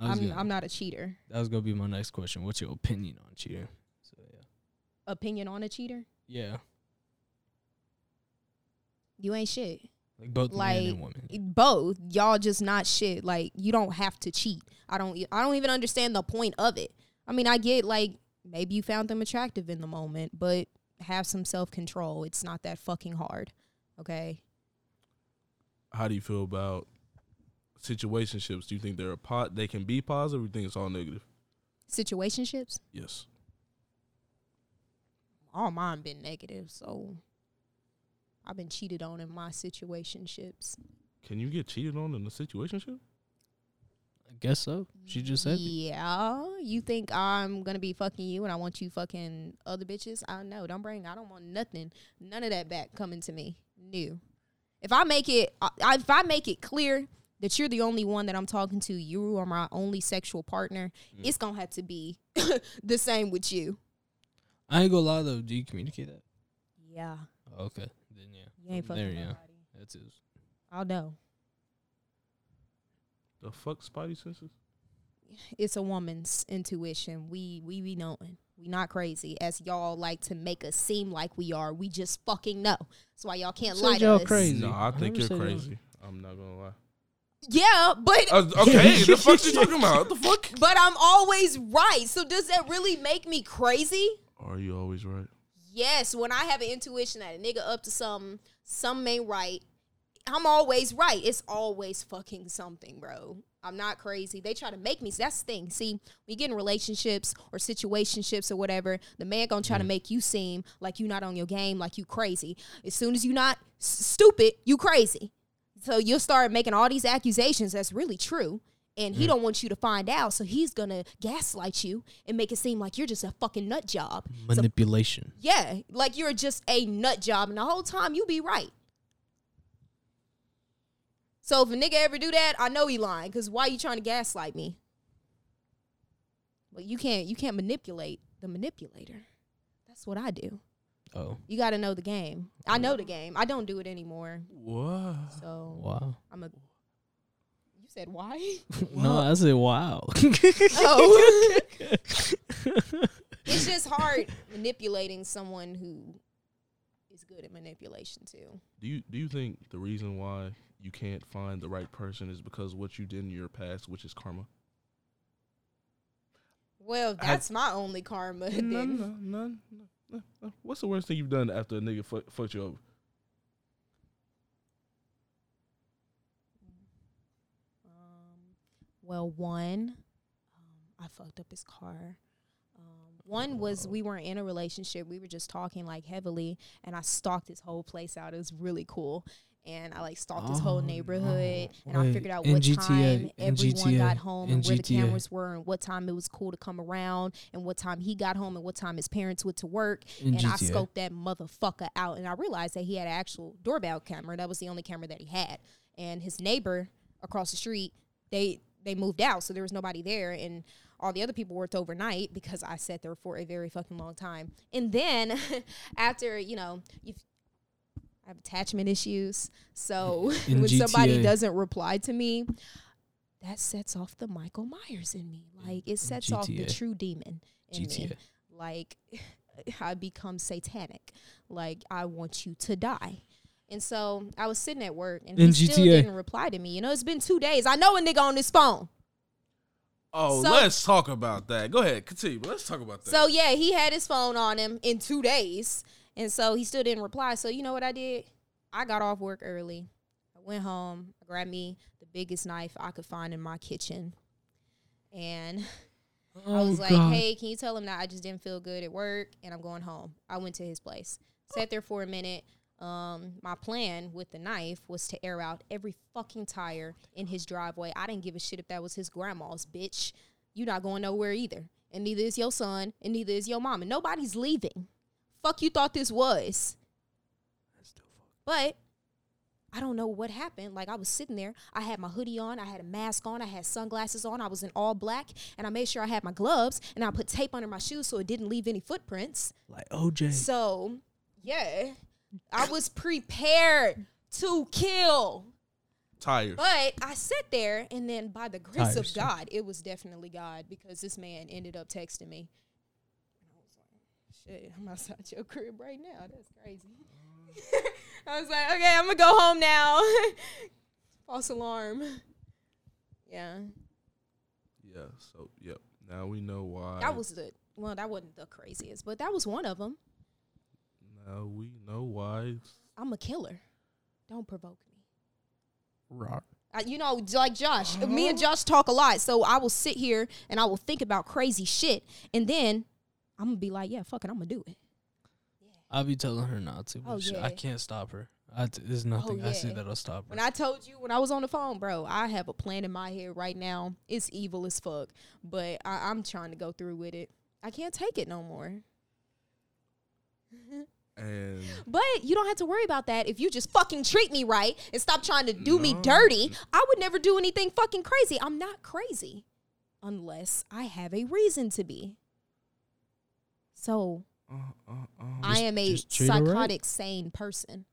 I was
I'm
gonna,
I'm not a cheater.
that was gonna be my next question. What's your opinion on cheating? So
Opinion on a cheater?
yeah, yeah,
You ain't shit.
like both men
Like,
and women.
both y'all just not shit like you don't have to cheat i don't e- i don't even understand the point of it i mean i get like maybe you found them attractive in the moment but have some self-control it's not that fucking hard okay
How do you feel about situationships? Do you think they're a pot? They can be positive. Or you think it's all negative?
situationships
Yes.
all mine been negative so i've been cheated on in my situationships
Can you get cheated on in a situationship?
I guess so. She just said. it.
yeah you think i'm gonna be fucking you and i want you fucking other bitches i know don't bring i don't want nothing none of that back coming to me new if i make it I- I, if i make it clear that you're the only one that i'm talking to you are my only sexual partner
Mm.
it's gonna have to be (coughs) the same with you
I ain't gonna lie though. Do you communicate that? Oh,
yeah
Okay, then yeah,
you ain't
From
fucking
there, yeah.
nobody.
that's his.
i'll know
The fuck, Spidey senses?
it's a woman's intuition. We we be knowing. We not crazy as y'all like to make us seem like we are. We just fucking know. That's why y'all can't
Said
lie to
y'all
us.
crazy.
No, I think
never
you're
said that.
crazy. I'm not gonna lie.
Yeah, but
Uh, okay, the fuck you talking about? What the fuck?
but I'm always right. So does that really make me crazy?
Are you always right?
Yes, when I have an intuition that a nigga up to something, some ain't right. I'm always right. It's always fucking something, bro. I'm not crazy. They try to make me. That's the thing. See, we get in relationships or situationships or whatever. The man gonna try to make you seem like you not on your game, like you crazy. As soon as you not s- stupid, you crazy. So you'll start making all these accusations that's really true. And he don't want you to find out, so he's gonna gaslight you and make it seem like you're just a fucking nut job. So
Manipulation.
yeah, like you're just a nut job, and the whole time you be right. So if a nigga ever do that, I know he lying. Cause why you trying to gaslight me? But you can't you can't manipulate the manipulator. That's what I do.
Oh
You got to know the game. I know the game. I don't do it anymore.
What?
So
wow.
I'm a. You said why? (laughs)
(laughs) no, I said wow. (laughs)
Oh. it's just hard manipulating someone who is good at manipulation too.
Do you do you think the reason why you can't find the right person is because what you did in your past, which is karma?
Well,
I-
that's my only karma.
No, no,
(laughs) Then
no, no, no, no, no. What's the worst thing you've done after a nigga fuck, fucked you over?
Um, well, one, um, I fucked up his car. Um, one was we weren't in a relationship. We were just talking like heavily, and I stalked his whole place out. It was really cool. And I like stalked his
Oh,
whole
no.
neighborhood, and
Wait,
I figured out
in
what
GTA,
time
in
everyone
GTA,
got home,
in
and where the
GTA.
cameras were, and what time it was cool to come around, and what time he got home, and what time his parents went to work.
In
and I
GTA.
scoped that motherfucker out, and I realized that he had an actual doorbell camera. That was the only camera that he had. And his neighbor across the street, they they moved out, so there was nobody there, and all the other people worked overnight because I sat there for a very fucking long time. And then (laughs) after you know you. I have attachment issues, so
(laughs)
(laughs)
In
when somebody
GTA.
doesn't reply to me, that sets off the Michael Myers in me. Like it sets off the
GTA.
true demon in me
GTA.
(laughs) like I become satanic. Like I want you to die. And so I was sitting at work and
In
he still
GTA.
didn't reply to me. You know, it's been two days. I know a nigga on this phone.
Oh,
So-
let's talk about that. Go ahead, continue. but Let's talk about that.
So yeah, he had his phone on him in two days, and so he still didn't reply. So you know what I did? I got off work early. I went home. I grabbed me the biggest knife I could find in my kitchen, and I was like, "Hey, can you tell him that I just didn't feel good at work and I'm going home?" I went to his place, sat there for a minute. Um, my plan with the knife was to air out every fucking tire in his driveway. I didn't give a shit if that was his grandma's bitch. You're not going nowhere either, and neither is your son, and neither is your mom, and nobody's leaving. Fuck you thought this was, but. I don't know what happened. Like I was sitting there, I had my hoodie on, I had a mask on, I had sunglasses on, I was in all black, and I made sure I had my gloves, and I put tape under my shoes so it didn't leave any footprints.
Like OJ.
So, yeah, I was prepared to kill.
Tires.
But I sat there, and then by the grace
Tired,
of
sir.
God, it was definitely God because this man ended up texting me. And I was like, shit, I'm outside your crib right now. That's crazy. (laughs) I was like, okay, I'm going to go home now. (laughs) False alarm. Yeah.
Yeah. So yep. Now we know why.
That was the, well, that wasn't the craziest, but that was one of them.
Now we know why.
I'm a killer. Don't provoke me.
Rock.
I, you know, j- like Josh, me and Josh talk a lot, so I will sit here and I will think about crazy shit, and then I'm gonna be like, yeah, fuck it, I'm gonna do it.
I'll be telling her not to. But
Oh,
shit,
yeah. Oh,
I can't stop her. I t- there's nothing I see
yeah.
that'll stop her.
When I told you when I was on the phone, bro, I have a plan in my head right now. It's evil as fuck, but I, I'm trying to go through with it. I can't take it no more.
And
But you don't have to worry about that if you just fucking treat me right and stop trying to do me
No.
dirty. I would never do anything fucking crazy. I'm not crazy unless I have a reason to be. So
uh, uh, uh,
I am a
just treat her right.
psychotic, sane person.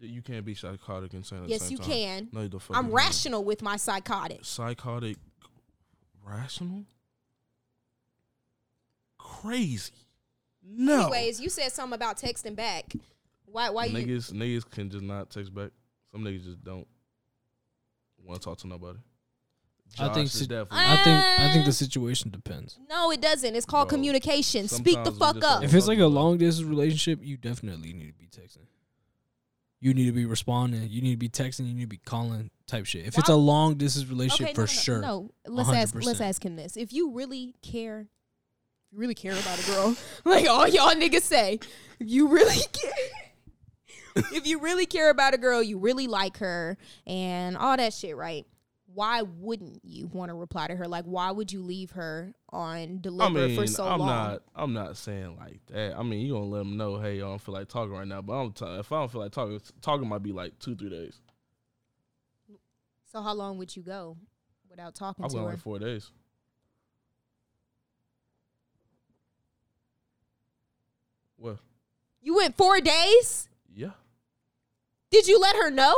you can't be psychotic and sane. At the
yes,
same
you
time.
can.
No, you the fuck.
I'm rational with my psychotic.
Psychotic, rational, crazy. No.
Anyways, you said something about texting back. Why? Why you?
niggas, niggas can just not text back. Some niggas just don't want to talk to nobody.
I think
Josh is
si-
definitely.
I think I
Ah.
think the situation depends.
No, it doesn't. It's called
Bro,
communication. Speak the
sometimes we
fuck
just
up.
don't-
If it's like a long distance relationship, you definitely need to be texting. You need to be responding. You need to be texting. You need to be calling type shit. If it's a
Why-
long distance relationship, for
no, no,
sure.
No, let's ask let's
100%.
ask him this. If you really care, if you really care about a girl, (laughs) like all y'all niggas say, if you really (laughs) care. if you really care about a girl, you really like her and all that shit, right? Why wouldn't you want to reply to her? Like, why would you leave her on
I
deliver
mean,
for so
I'm
long?
not. I'm not saying like that. I mean, you gonna let them know, hey, I don't feel like talking right now. But I'm t- if I don't feel like talking, talking might be like two, three days.
So how long would you go without talking
I
to
went
her?
like four days. Well,
you went four days.
yeah.
Did you let her know?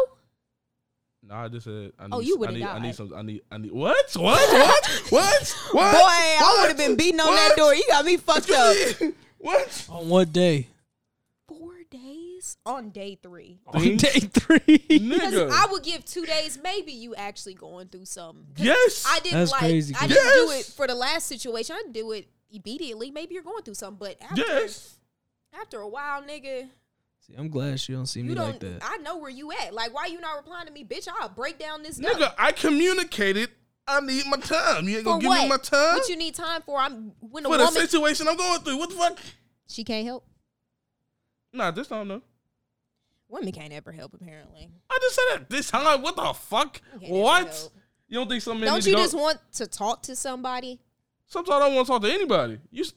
No, I just said. I need,
Oh, you
I
would've
need, I
died.
need some. I need. I need. What? What? What? (laughs) what? What?
Boy, I would have been beating on that
What?
door. You got me fucked up.
What?
On what day?
four days on day three.
On (laughs) day three. (laughs)
Because
Nigga.
I would give two days. Maybe you actually going through something. 'Cause
yes.
I didn't
That's
like.
crazy,
I
kid.
didn't do it
Yes.
for the last situation. I didn't do it immediately. Maybe you're going through something, but after
yes.
after a while, nigga,
See, I'm glad she don't see
you
me
don't.
like that.
I know where you at. Like, why you not replying to me, bitch? I'll break down this.
Nigga,
Nigga,
I communicated. I need my time. You ain't
for
gonna give
what?
me my time
What you need time for? I'm when a
for the
woman
situation I'm going through. What the fuck?
she can't help.
Nah, this time no.
Women can't ever help. Apparently,
I just said that this time. What the fuck?
Okay, there we
What?
go.
You don't think some men need
don't
to
you
go-
just want to talk to somebody?
Sometimes I don't want to talk to anybody. You, s-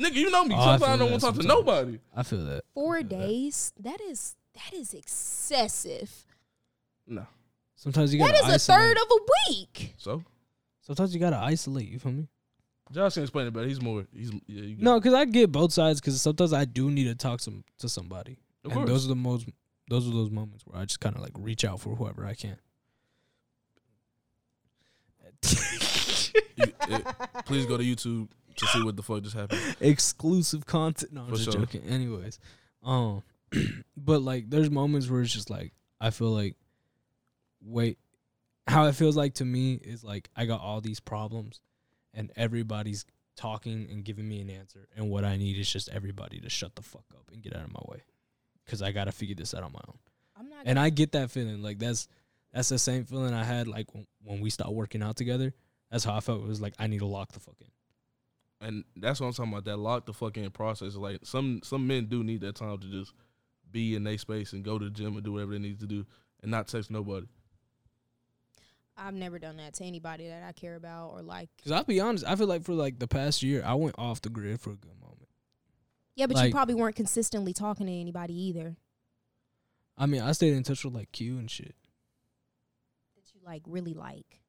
nigga, you know me.
Oh, I
Sometimes
feel
I, don't
that
want to talk to
sometimes.
nobody.
I feel that.
Four days. That is that is excessive.
No.
Sometimes you gotta
That is a
isolate.
third of a week.
So
Sometimes you gotta isolate. You feel me?
Josh can explain it better. He's more. He's yeah, you
No, because I get both sides. Because sometimes I do need to talk some to somebody,
Of
and
course.
those are the most those are those moments where I just kind of like reach out for whoever I can.
You-
(laughs)
eh, please go to YouTube to see what the fuck just happened.
(laughs) Exclusive content. No, I'm
For
just
sure.
joking. Anyways, um, (clears throat) but like there's moments where it's just like I feel like wait how it feels like to me is like I got all these problems and everybody's talking and giving me an answer and what I need is just everybody to shut the fuck up and get out of my way cuz I got to figure this out on my own.
I'm not.
And I get that feeling. Like that's that's the same feeling I had like when, when we stopped working out together. That's how I felt. It was like I need to lock the fuck in.
and that's what I'm talking about. That lock the fucking process. Like some some men do need that time to just be in their space and go to the gym and do whatever they need to do and not text nobody.
I've never done that to anybody that I care about or like.
Cuz I'll be honest, I feel like for like the past year I went off the grid for a good moment.
Yeah, but
Like-
you probably weren't consistently talking to anybody either.
I mean, I stayed in touch with like Q and shit. (laughs)
That you like really like.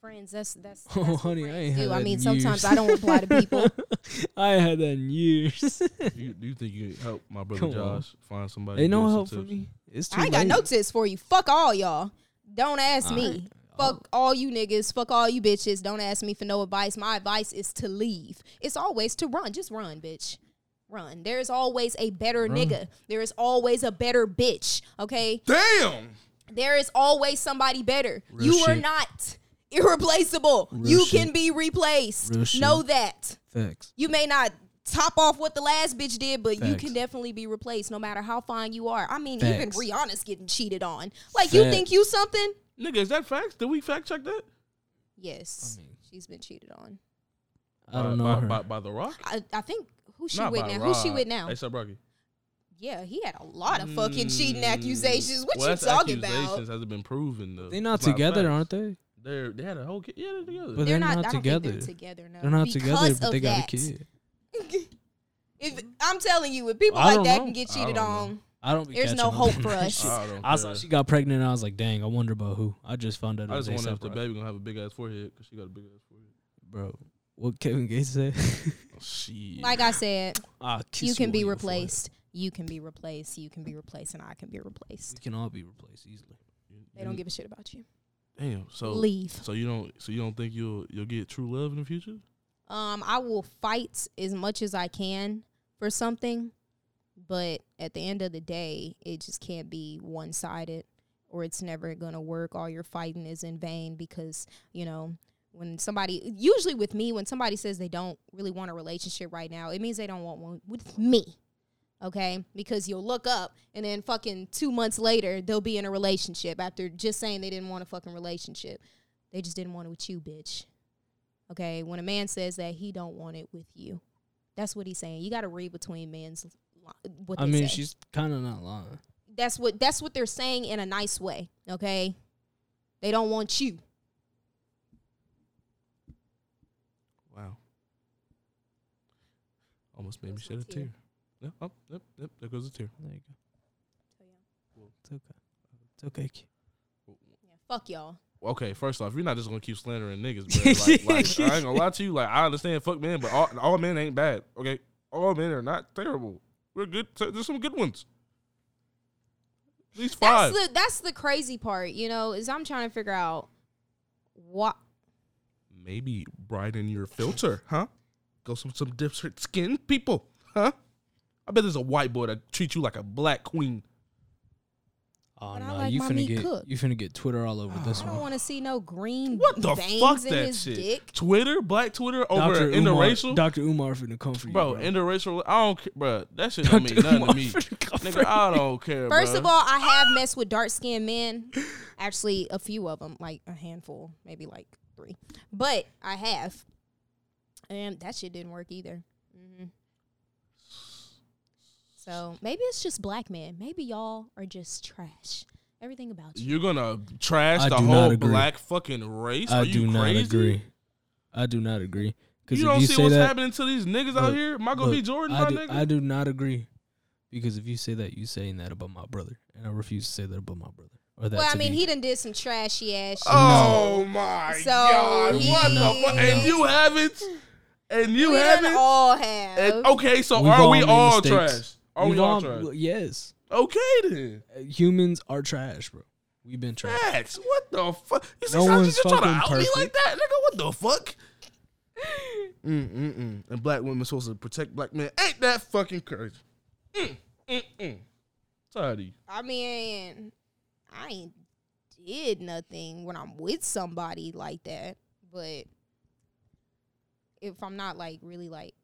Friends, that's that's. that's
Oh,
what
(laughs) honey, I
friends
ain't had
do.
that
I
in
mean,
years.
sometimes
(laughs)
I don't reply to people.
I ain't had that in
(laughs)
years. (laughs)
you do you think you can help my brother
Come on.
Josh find somebody?
Ain't
to
no
give
help
some
for
tips?
me. It's too
I ain't got
late.
no tips for you. Fuck all y'all. Don't ask
All
me.
All-
Fuck all you niggas. Fuck all you bitches. Don't ask me for no advice. My advice is to leave. It's always to run. Just run, bitch. Run. There is always a better nigga. There is always a better bitch. Okay?
Damn.
There is always somebody better.
Real
you are
shit.
not irreplaceable.
Real
you
shit.
can be replaced.
Real shit.
Know that.
Facts.
You may not top off what the last bitch did, but you
Facts.
can definitely be replaced no matter how fine you are. I mean, even
Facts.
Rihanna's getting cheated on. Like, you think
Facts.
you something?
Nigga, is that facts? Did we fact check that?
Yes.
I mean-
she's been cheated on.
I don't know
by,
her.
By, by the Rock.
I, I think who she
Not
with
by
now?
Rock.
Who she with now?
ASAP Rocky.
Yeah, he had a lot of fucking cheating
Mm.
accusations. What
Well,
you
that's
talking
accusations
about?
hasn't been proven though.
They're not
It's not
together,
facts.
aren't they?
They're they had a whole kid. Yeah, they're together.
But they're not
I don't think
together.
together. No,
They're not together,
Because
but
of
they got
that.
a kid.
(laughs) If I'm telling you, if people
I
like
don't
that
know.
can get
I
cheated
don't know.
on,
I don't. Be
There's
catching
no
up
hope
on
for
that
us.
shit.
I don't
I saw
care.
she got pregnant, and I was like, "Dang, I wonder about who." I just found out.
I just
it was
wonder if
A$AP
the
Rocky.
baby gonna have a big ass forehead because she got a big ass forehead.
bro. What Kevin Gates said.
Oh, shit.
like I said,
I'll
you
kiss
can
on
be
your
replaced. You can be replaced. You can be replaced, and I can be replaced.
forehead. We can all be replaced easily.
They don't give a shit about you.
Damn. Mm-hmm. So
Leave.
So you don't. So you don't think you'll you'll get true love in the future?
Um, I will fight as much as I can for something, but at the end of the day, it just can't be one sided or it's never gonna work. All your fighting is in vain because, you know, when somebody usually with me, when somebody says they don't really want a relationship right now, it means they don't want one with me. Okay? Because you'll look up and then fucking two months later they'll be in a relationship after just saying they didn't want a fucking relationship. They just didn't want it with you, bitch. Okay, when a man says that he don't want it with you, that's what he's saying. You got to read between men's li- what they
I mean,
say.
she's kind of not lying.
that's what that's what they're saying in a nice way. Okay, they don't want you.
Wow. Almost made me
Goes
shed
my
a
tear.
tear. Yep. Oh, yep. Yep. There goes a tear.
There you go.
So, yeah.
It's okay. It's okay. Q.
Yeah, fuck y'all.
Okay, first off, you're not just gonna keep slandering niggas, bro. Like, like, I ain't
(laughs)
gonna lie to you. Like, I understand, fuck men, but all, all men ain't bad. Okay, all men are not terrible. We're good. so There's some good ones. At least five.
That's the that's the crazy part, you know, is I'm trying to figure out what
Maybe brighten your filter, huh? Go some some different skin people, huh? I bet there's a white boy that treats you like a black queen.
Oh
But I
no,
like
you
my
finna
meat
get
cooked.
you finna get Twitter all over this
I don't
one.
want to see no green
What the
veins
fuck
in
that
his
shit?
dick.
Twitter, black Twitter over
Dr. Umar,
interracial,
Dr. Umar finna come for you,
bro,
bro.
Interracial, I don't, care, bro. That shit don't mean nothing to
(laughs)
me, nigga. I don't care.
First
bruh.
of all, I have messed with dark skinned men. Actually, a few of them, like a handful, maybe like three. But I have. And that shit didn't work either. hmm So maybe it's just black men. Maybe y'all are just trash. Everything about you.
You're gonna trash
I
the
do not
whole
agree.
black fucking race?
I
Are you
do not
crazy?
agree. I do not agree. Because
You
if
don't
you
see
say
what's
that,
happening to these niggas out
Look,
here? Michael B.
Look,
Jordan,
I
my
do,
nigga.
I do not agree. Because if you say that, you saying that about my brother, and I refuse to say that about my brother. Or that
Well, I
to
mean,
be-
he done did some trashy ass shit.
oh my
So
god! What the
he-
fuck? And you haven't? And you
we done
haven't?
all have.
And- okay, so
We've
are
all
we
made
all trash?
mistakes.
Are we
We've
all trash?
well, Yes,
Okay then.
Uh, humans are trash, bro. We've been trash.
Trash. What the fuck? You see
No
how you
one's
just trying to
fucking
out me like
perfect.
that, nigga? What the fuck?
(laughs)
mm, mm, mm. And black women supposed to protect black men. Ain't that fucking crazy? Mm, mm, mm. tired of you.
I mean, I ain't did nothing when I'm with somebody like that. But if I'm not like really like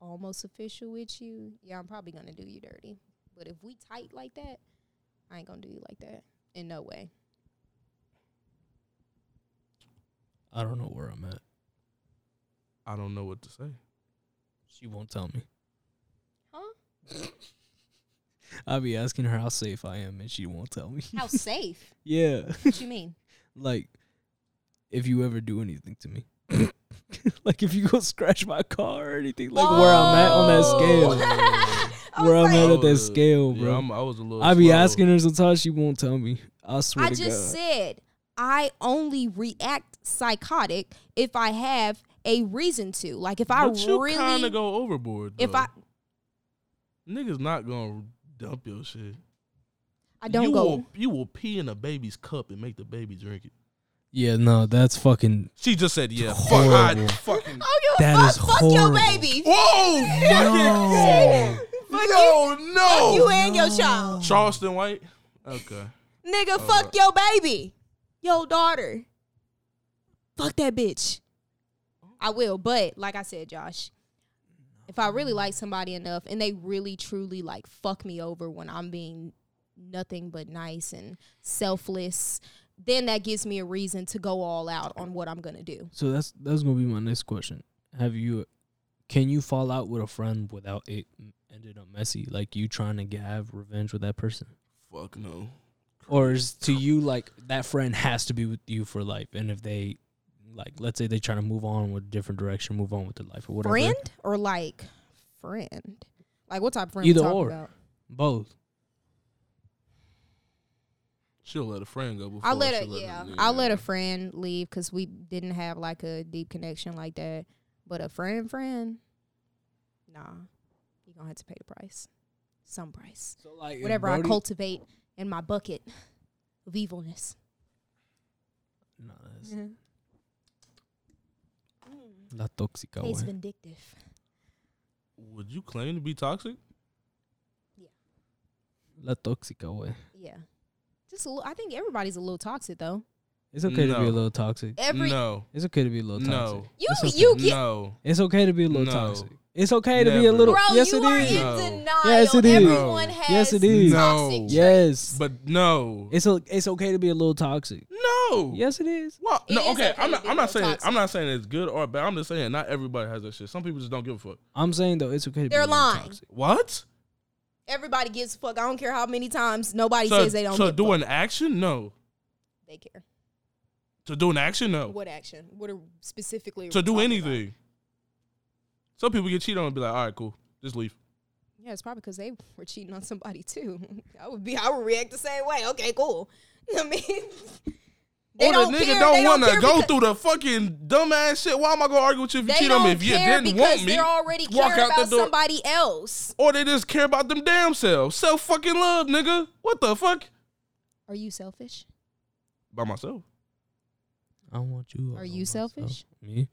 almost official with you, yeah, I'm probably gonna do you dirty. But if we tight like that, I ain't gonna do you like that in no way.
I don't know where I'm at.
I don't know what to say.
She won't tell me.
Huh?
(laughs) I'll be asking her how safe I am, and she won't tell me.
How safe?
(laughs) yeah, (laughs)
What you mean?
like if you ever do anything to me, (laughs) like if you go scratch my car or anything, like where I'm at on that
(laughs)
scale,
I
where
was
I'm at
I
at that
was-
scale,
yeah,
bro.
I'm- i was a little.
I be
slow.
asking her sometimes, she won't tell me. I swear
I
to
just
God.
said I only react psychotic if I have a reason to. Like if
but
I
you kind
really
of go overboard.
if
though.
I
niggas not gonna dump your shit.
I don't
you
go
Will, you will pee in a baby's cup and make the baby drink it.
yeah, no, that's fucking.
She just said, "Yeah, fuck,
Horrible.
I fucking."
I don't give Oh, a
That
fuck.
is
fuck
horrible.
your baby.
(laughs)
(laughs)
Whoa!
No.
(laughs)
Fuck
Yo, no.
Fuck you and your child.
Charleston White. Okay.
Nigga,
Oh,
fuck your baby. Your daughter. Fuck that bitch. I will, but like I said, Josh, if I really like somebody enough and they really truly like fuck me over when I'm being nothing but nice and selfless, then that gives me a reason to go all out on what I'm gonna do.
So that's that's gonna be my next question. Have you? Can you fall out with a friend without it ended up messy? Like you trying to g- have revenge with that person,
Fuck no.
or is to you like that friend has to be with you for life? And if they, like, let's say they try to move on with a different direction, move on with their life or whatever.
Friend or like friend? Like what type of friend
Either
we talking
or.
about?
Both.
She'll let a friend go. Before
I let
she
a yeah,
nigga
I let
go.
a friend leave because we didn't have like a deep connection like that. But a friend, friend, nah, you gonna have to pay the price, some price,
So like
whatever I cultivate in my bucket of evilness. Mm-hmm.
No, that's la toxica.
Tastes
way.
vindictive.
Would you claim to be toxic?
La toxica way.
Yeah, just a little, I think everybody's a little toxic though.
It's okay to be a
No.
little toxic.
Every
no.
It's okay to be a little toxic.
No.
you
It's okay.
you get
No.
It's okay to be a little
No.
toxic. It's okay to be a
Never.
little.
bro,
yes,
you
it
are
is.
in
No.
denial.
Yes, it is.
Everyone
No.
has
Yes, it is.
toxic
No.
traits.
Yes,
But no.
it's o it's okay to be a little toxic.
no.
Yes, it is.
Well,
It
no,
is
okay.
okay
I'm
to
not.
be
I'm not
real
saying.
toxic.
I'm not saying it's good or bad. I'm just saying not everybody has that shit. Some people just don't give a fuck.
I'm saying though, it's okay to
They're
be a little
lying.
toxic.
What?
Everybody gives a fuck. I don't care how many times nobody
so
says they don't.
so
give a
do
fuck.
an action? No.
They care.
To do an action? No.
What action? What are specifically? are
to
we
do
talking
anything.
about?
Some people get cheated on and be like, all right, cool, just leave.
Yeah, it's probably because they were cheating on somebody too. (laughs) I would be. I would react the same way. Okay, cool. (laughs) I mean, they
or
don't
the nigga
care.
don't
they
want to
care
go
because-
through the fucking dumbass shit. Why am I gonna argue with you if you
They
cheat
don't
on me? If you
care
didn't
because
want me,
they're already
walk
caring
out the
about
door.
somebody else.
or they just care about them damn selves. Self fucking love, nigga. What the fuck?
Are you selfish?
By myself.
I don't want you.
Are
I
you
want myself.
selfish?
Me?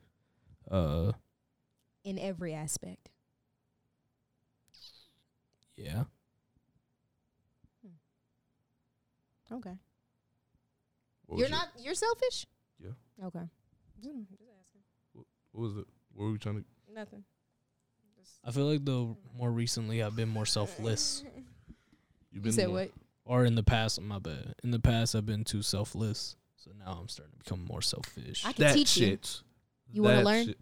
Uh,
In every aspect.
yeah.
Okay.
What was
You're
it?
not. You're selfish.
Yeah.
Okay. Mm, just asking.
What was it? What were we trying to?
Nothing.
I feel like though more recently I've been more
(laughs)
selfless,
You said what?
or in the past, my bad. In the past, I've been too selfless, so now I'm starting to become more selfish.
I can
That
teach you.
shit.
You wanna
That
learn?
shit.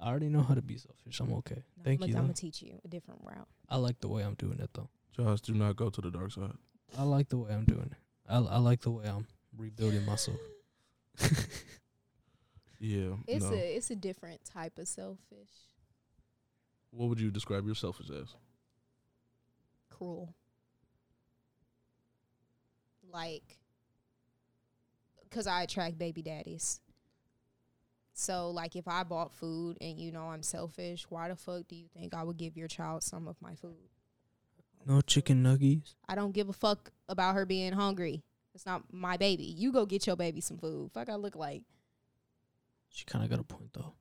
I already know how to be selfish. I'm okay. Thank
I'm
you.
gonna
though.
teach you a different route.
I like the way I'm doing it though.
Josh, do not go to the dark side.
I like the way I'm doing it. I I like the way I'm (laughs) rebuilding myself.
(laughs)
Yeah.
It's
no.
a it's a different type of selfish,
what would you describe yourself as?
cruel. Like, cause I attract baby daddies. So like, if I bought food and you know I'm selfish, why the fuck do you think I would give your child some of my food?
no chicken nuggies.
I don't give a fuck about her being hungry. It's not my baby. You go get your baby some food. Fuck, I look like.
She kind of got a point though.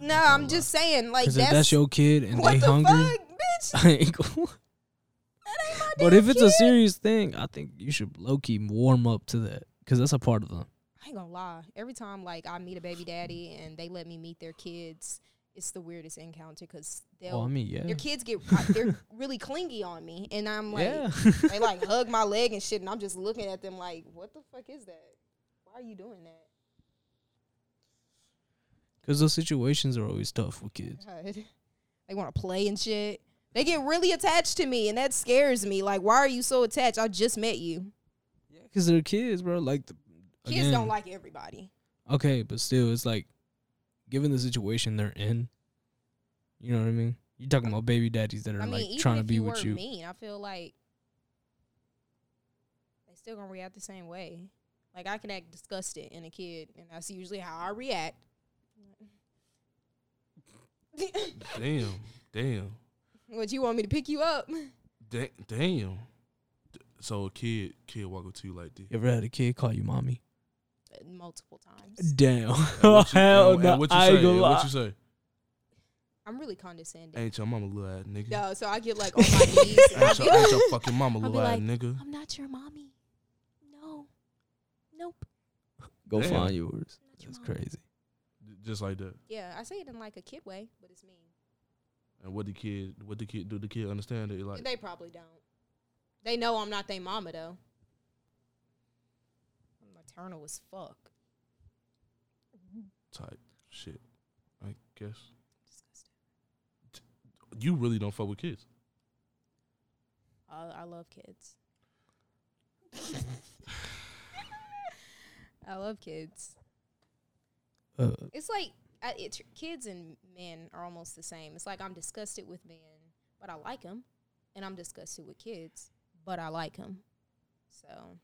No,
gonna
I'm
lie.
just saying. Like (laughs)
Cause
that's,
if that's your kid and
what
they (laughs)
the
hungry,
fuck, bitch.
I ain't gonna.
That ain't my
But
damn
if it's a
kid.
serious thing, I think you should low key warm up to that because that's a part of them.
I ain't gonna lie. Every time like I meet a baby daddy and they let me meet their kids, it's the weirdest encounter because they'll
Well, I mean, Oh, yeah,
your kids
(laughs)
get I- they're really clingy on me, and I'm like
yeah. (laughs)
they like hug my leg and shit, and I'm just looking at them like, what the fuck is that? Why are you doing that?
Because those situations are always tough with kids.
God. (laughs) They want to play and shit. They get really attached to me, and that scares me. Like, why are you so attached? I just met you.
Yeah, because they're kids, bro. Like, the,
Kids
again,
don't like everybody.
Okay, but still, it's like, given the situation they're in, you know what I mean. You're talking about baby daddies that are
I mean,
like
even
trying to
if
be
you
with
were
you.
mean, I feel like they still gonna react the same way. Like I can act disgusted in a kid, and that's usually how I react.
Damn,
(laughs)
damn,
What you want me to pick you up?
da- damn. D- So a kid, kid walk up to you like
(laughs)
this.
You ever had a kid call you mommy?
Multiple times.
(laughs)
And
Damn.
what you-
Hell
and-
no.
and what you
I ain't
say?
gonna
And
lie.
What you say?
I'm really condescending.
Ain't your mama little ass nigga?
No, so I get like on my
(laughs)
knees. and I'll
Ain't,
be
your, ain't
like, (laughs)
your fucking mama
I'll be
little ass
like, um,
nigga?
I'm not your mommy. No. Nope.
Go
Damn.
find yours.
Not your
That's
mom.
crazy.
J- Just like that.
Yeah, I say it in like a kid way, but it's mean.
And what the kid, what the kid, do the kid understand it? Like,
They probably don't. They know I'm not their mama though. I'm maternal as fuck.
type shit. I guess
Disgusting.
you really don't fuck with kids.
I, I love kids. I love kids.
Uh,
It's like I, it's kids and men are almost the same. It's like I'm disgusted with men, but I like them, and I'm disgusted with kids, but I like them. So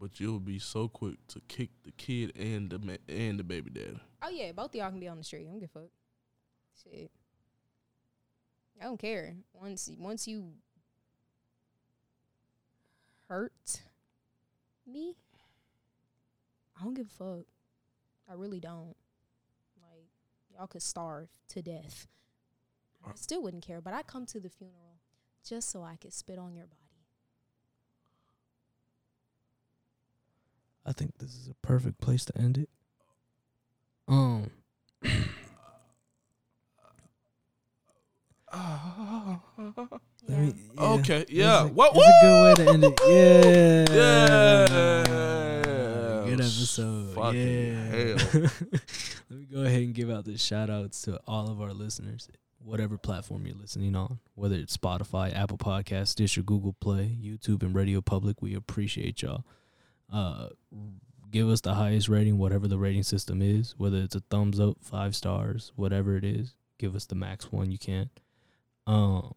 But you'll be so quick to kick the kid and the ma- and the baby daddy.
(laughs)
Oh yeah, both of y'all can be on the street. I don't give a fuck. Shit. I don't care. Once once you hurt me, I don't give a fuck. I really don't. Like y'all could starve to death.
Uh.
I still wouldn't care, but I come to the funeral just so I could spit on your body.
I think this is a perfect place to end it. Um, let me- yeah,
Okay,
that's
yeah.
a-
What?
That's a good way to end it. Yeah.
Yeah.
Good episode.
Fucking
yeah.
hell.
(laughs) Let me go ahead and give out the shout outs to all of our listeners, whatever platform you're listening on, whether it's Spotify, Apple Podcasts, Stitcher, Google Play, YouTube, and Radio Public. We appreciate y'all. Uh, give us the highest rating, whatever the rating system is, whether it's a thumbs up, five stars, whatever it is. Give us the max one you can. Um,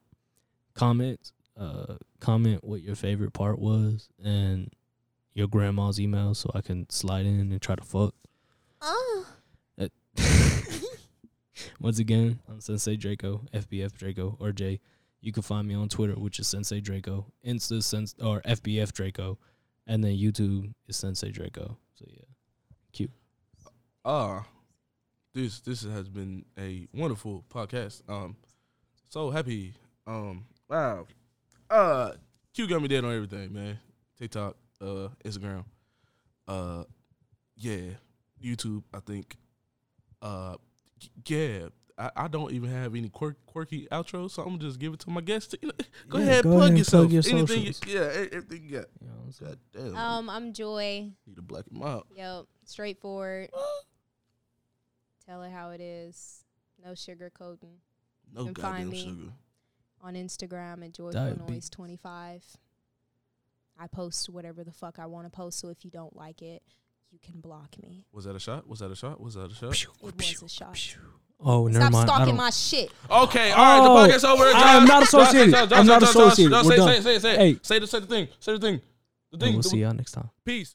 comment, uh, comment what your favorite part was and your grandma's email so I can slide in and try to fuck. (laughs)
Oh.
Once again, I'm Sensei Draco, FBF Draco, or Jay. You can find me on Twitter, which is Sensei Draco, Insta Sens or FBF Draco, and then YouTube is Sensei Draco. So yeah,
Ah, this this has been a wonderful podcast. Um, so happy. Um, wow. Uh, Q got me dead on everything, man. TikTok, uh, Instagram, uh, yeah, YouTube. I think. Uh, y- yeah. I, I don't even have any quirk, quirky outros, so I'm gonna just give it to my guests. To, you know, go
Yeah,
ahead,
go
plug
ahead and
yourself.
plug your
Anything, you,
socials.
yeah, e- everything you got.
you know what I'm saying?
God damn,
Um, I'm Joy.
need to black him out.
Yep, straightforward. (gasps) Tell it how it is. No sugarcoating.
No
and find
goddamn
me.
sugar.
On Instagram at
Diabetes.
joyfulnoise25. I post whatever the fuck I want to post. So if you don't like it, you can block me.
Was that a shot? Was that a shot? Was that a shot?
It was a shot.
Oh, never
Stop
mind. I
stalking
don't.
my shit.
Okay, all right, the
Oh,
podcast over.
I
Josh,
am not
Josh,
associated.
Josh,
I'm
Josh,
not
Josh, Josh,
associated.
Josh,
We're
say,
done.
say, say, say,
Hey.
say the, say the thing. Say the thing. The
and
thing.
we'll see y'all next time.
Peace.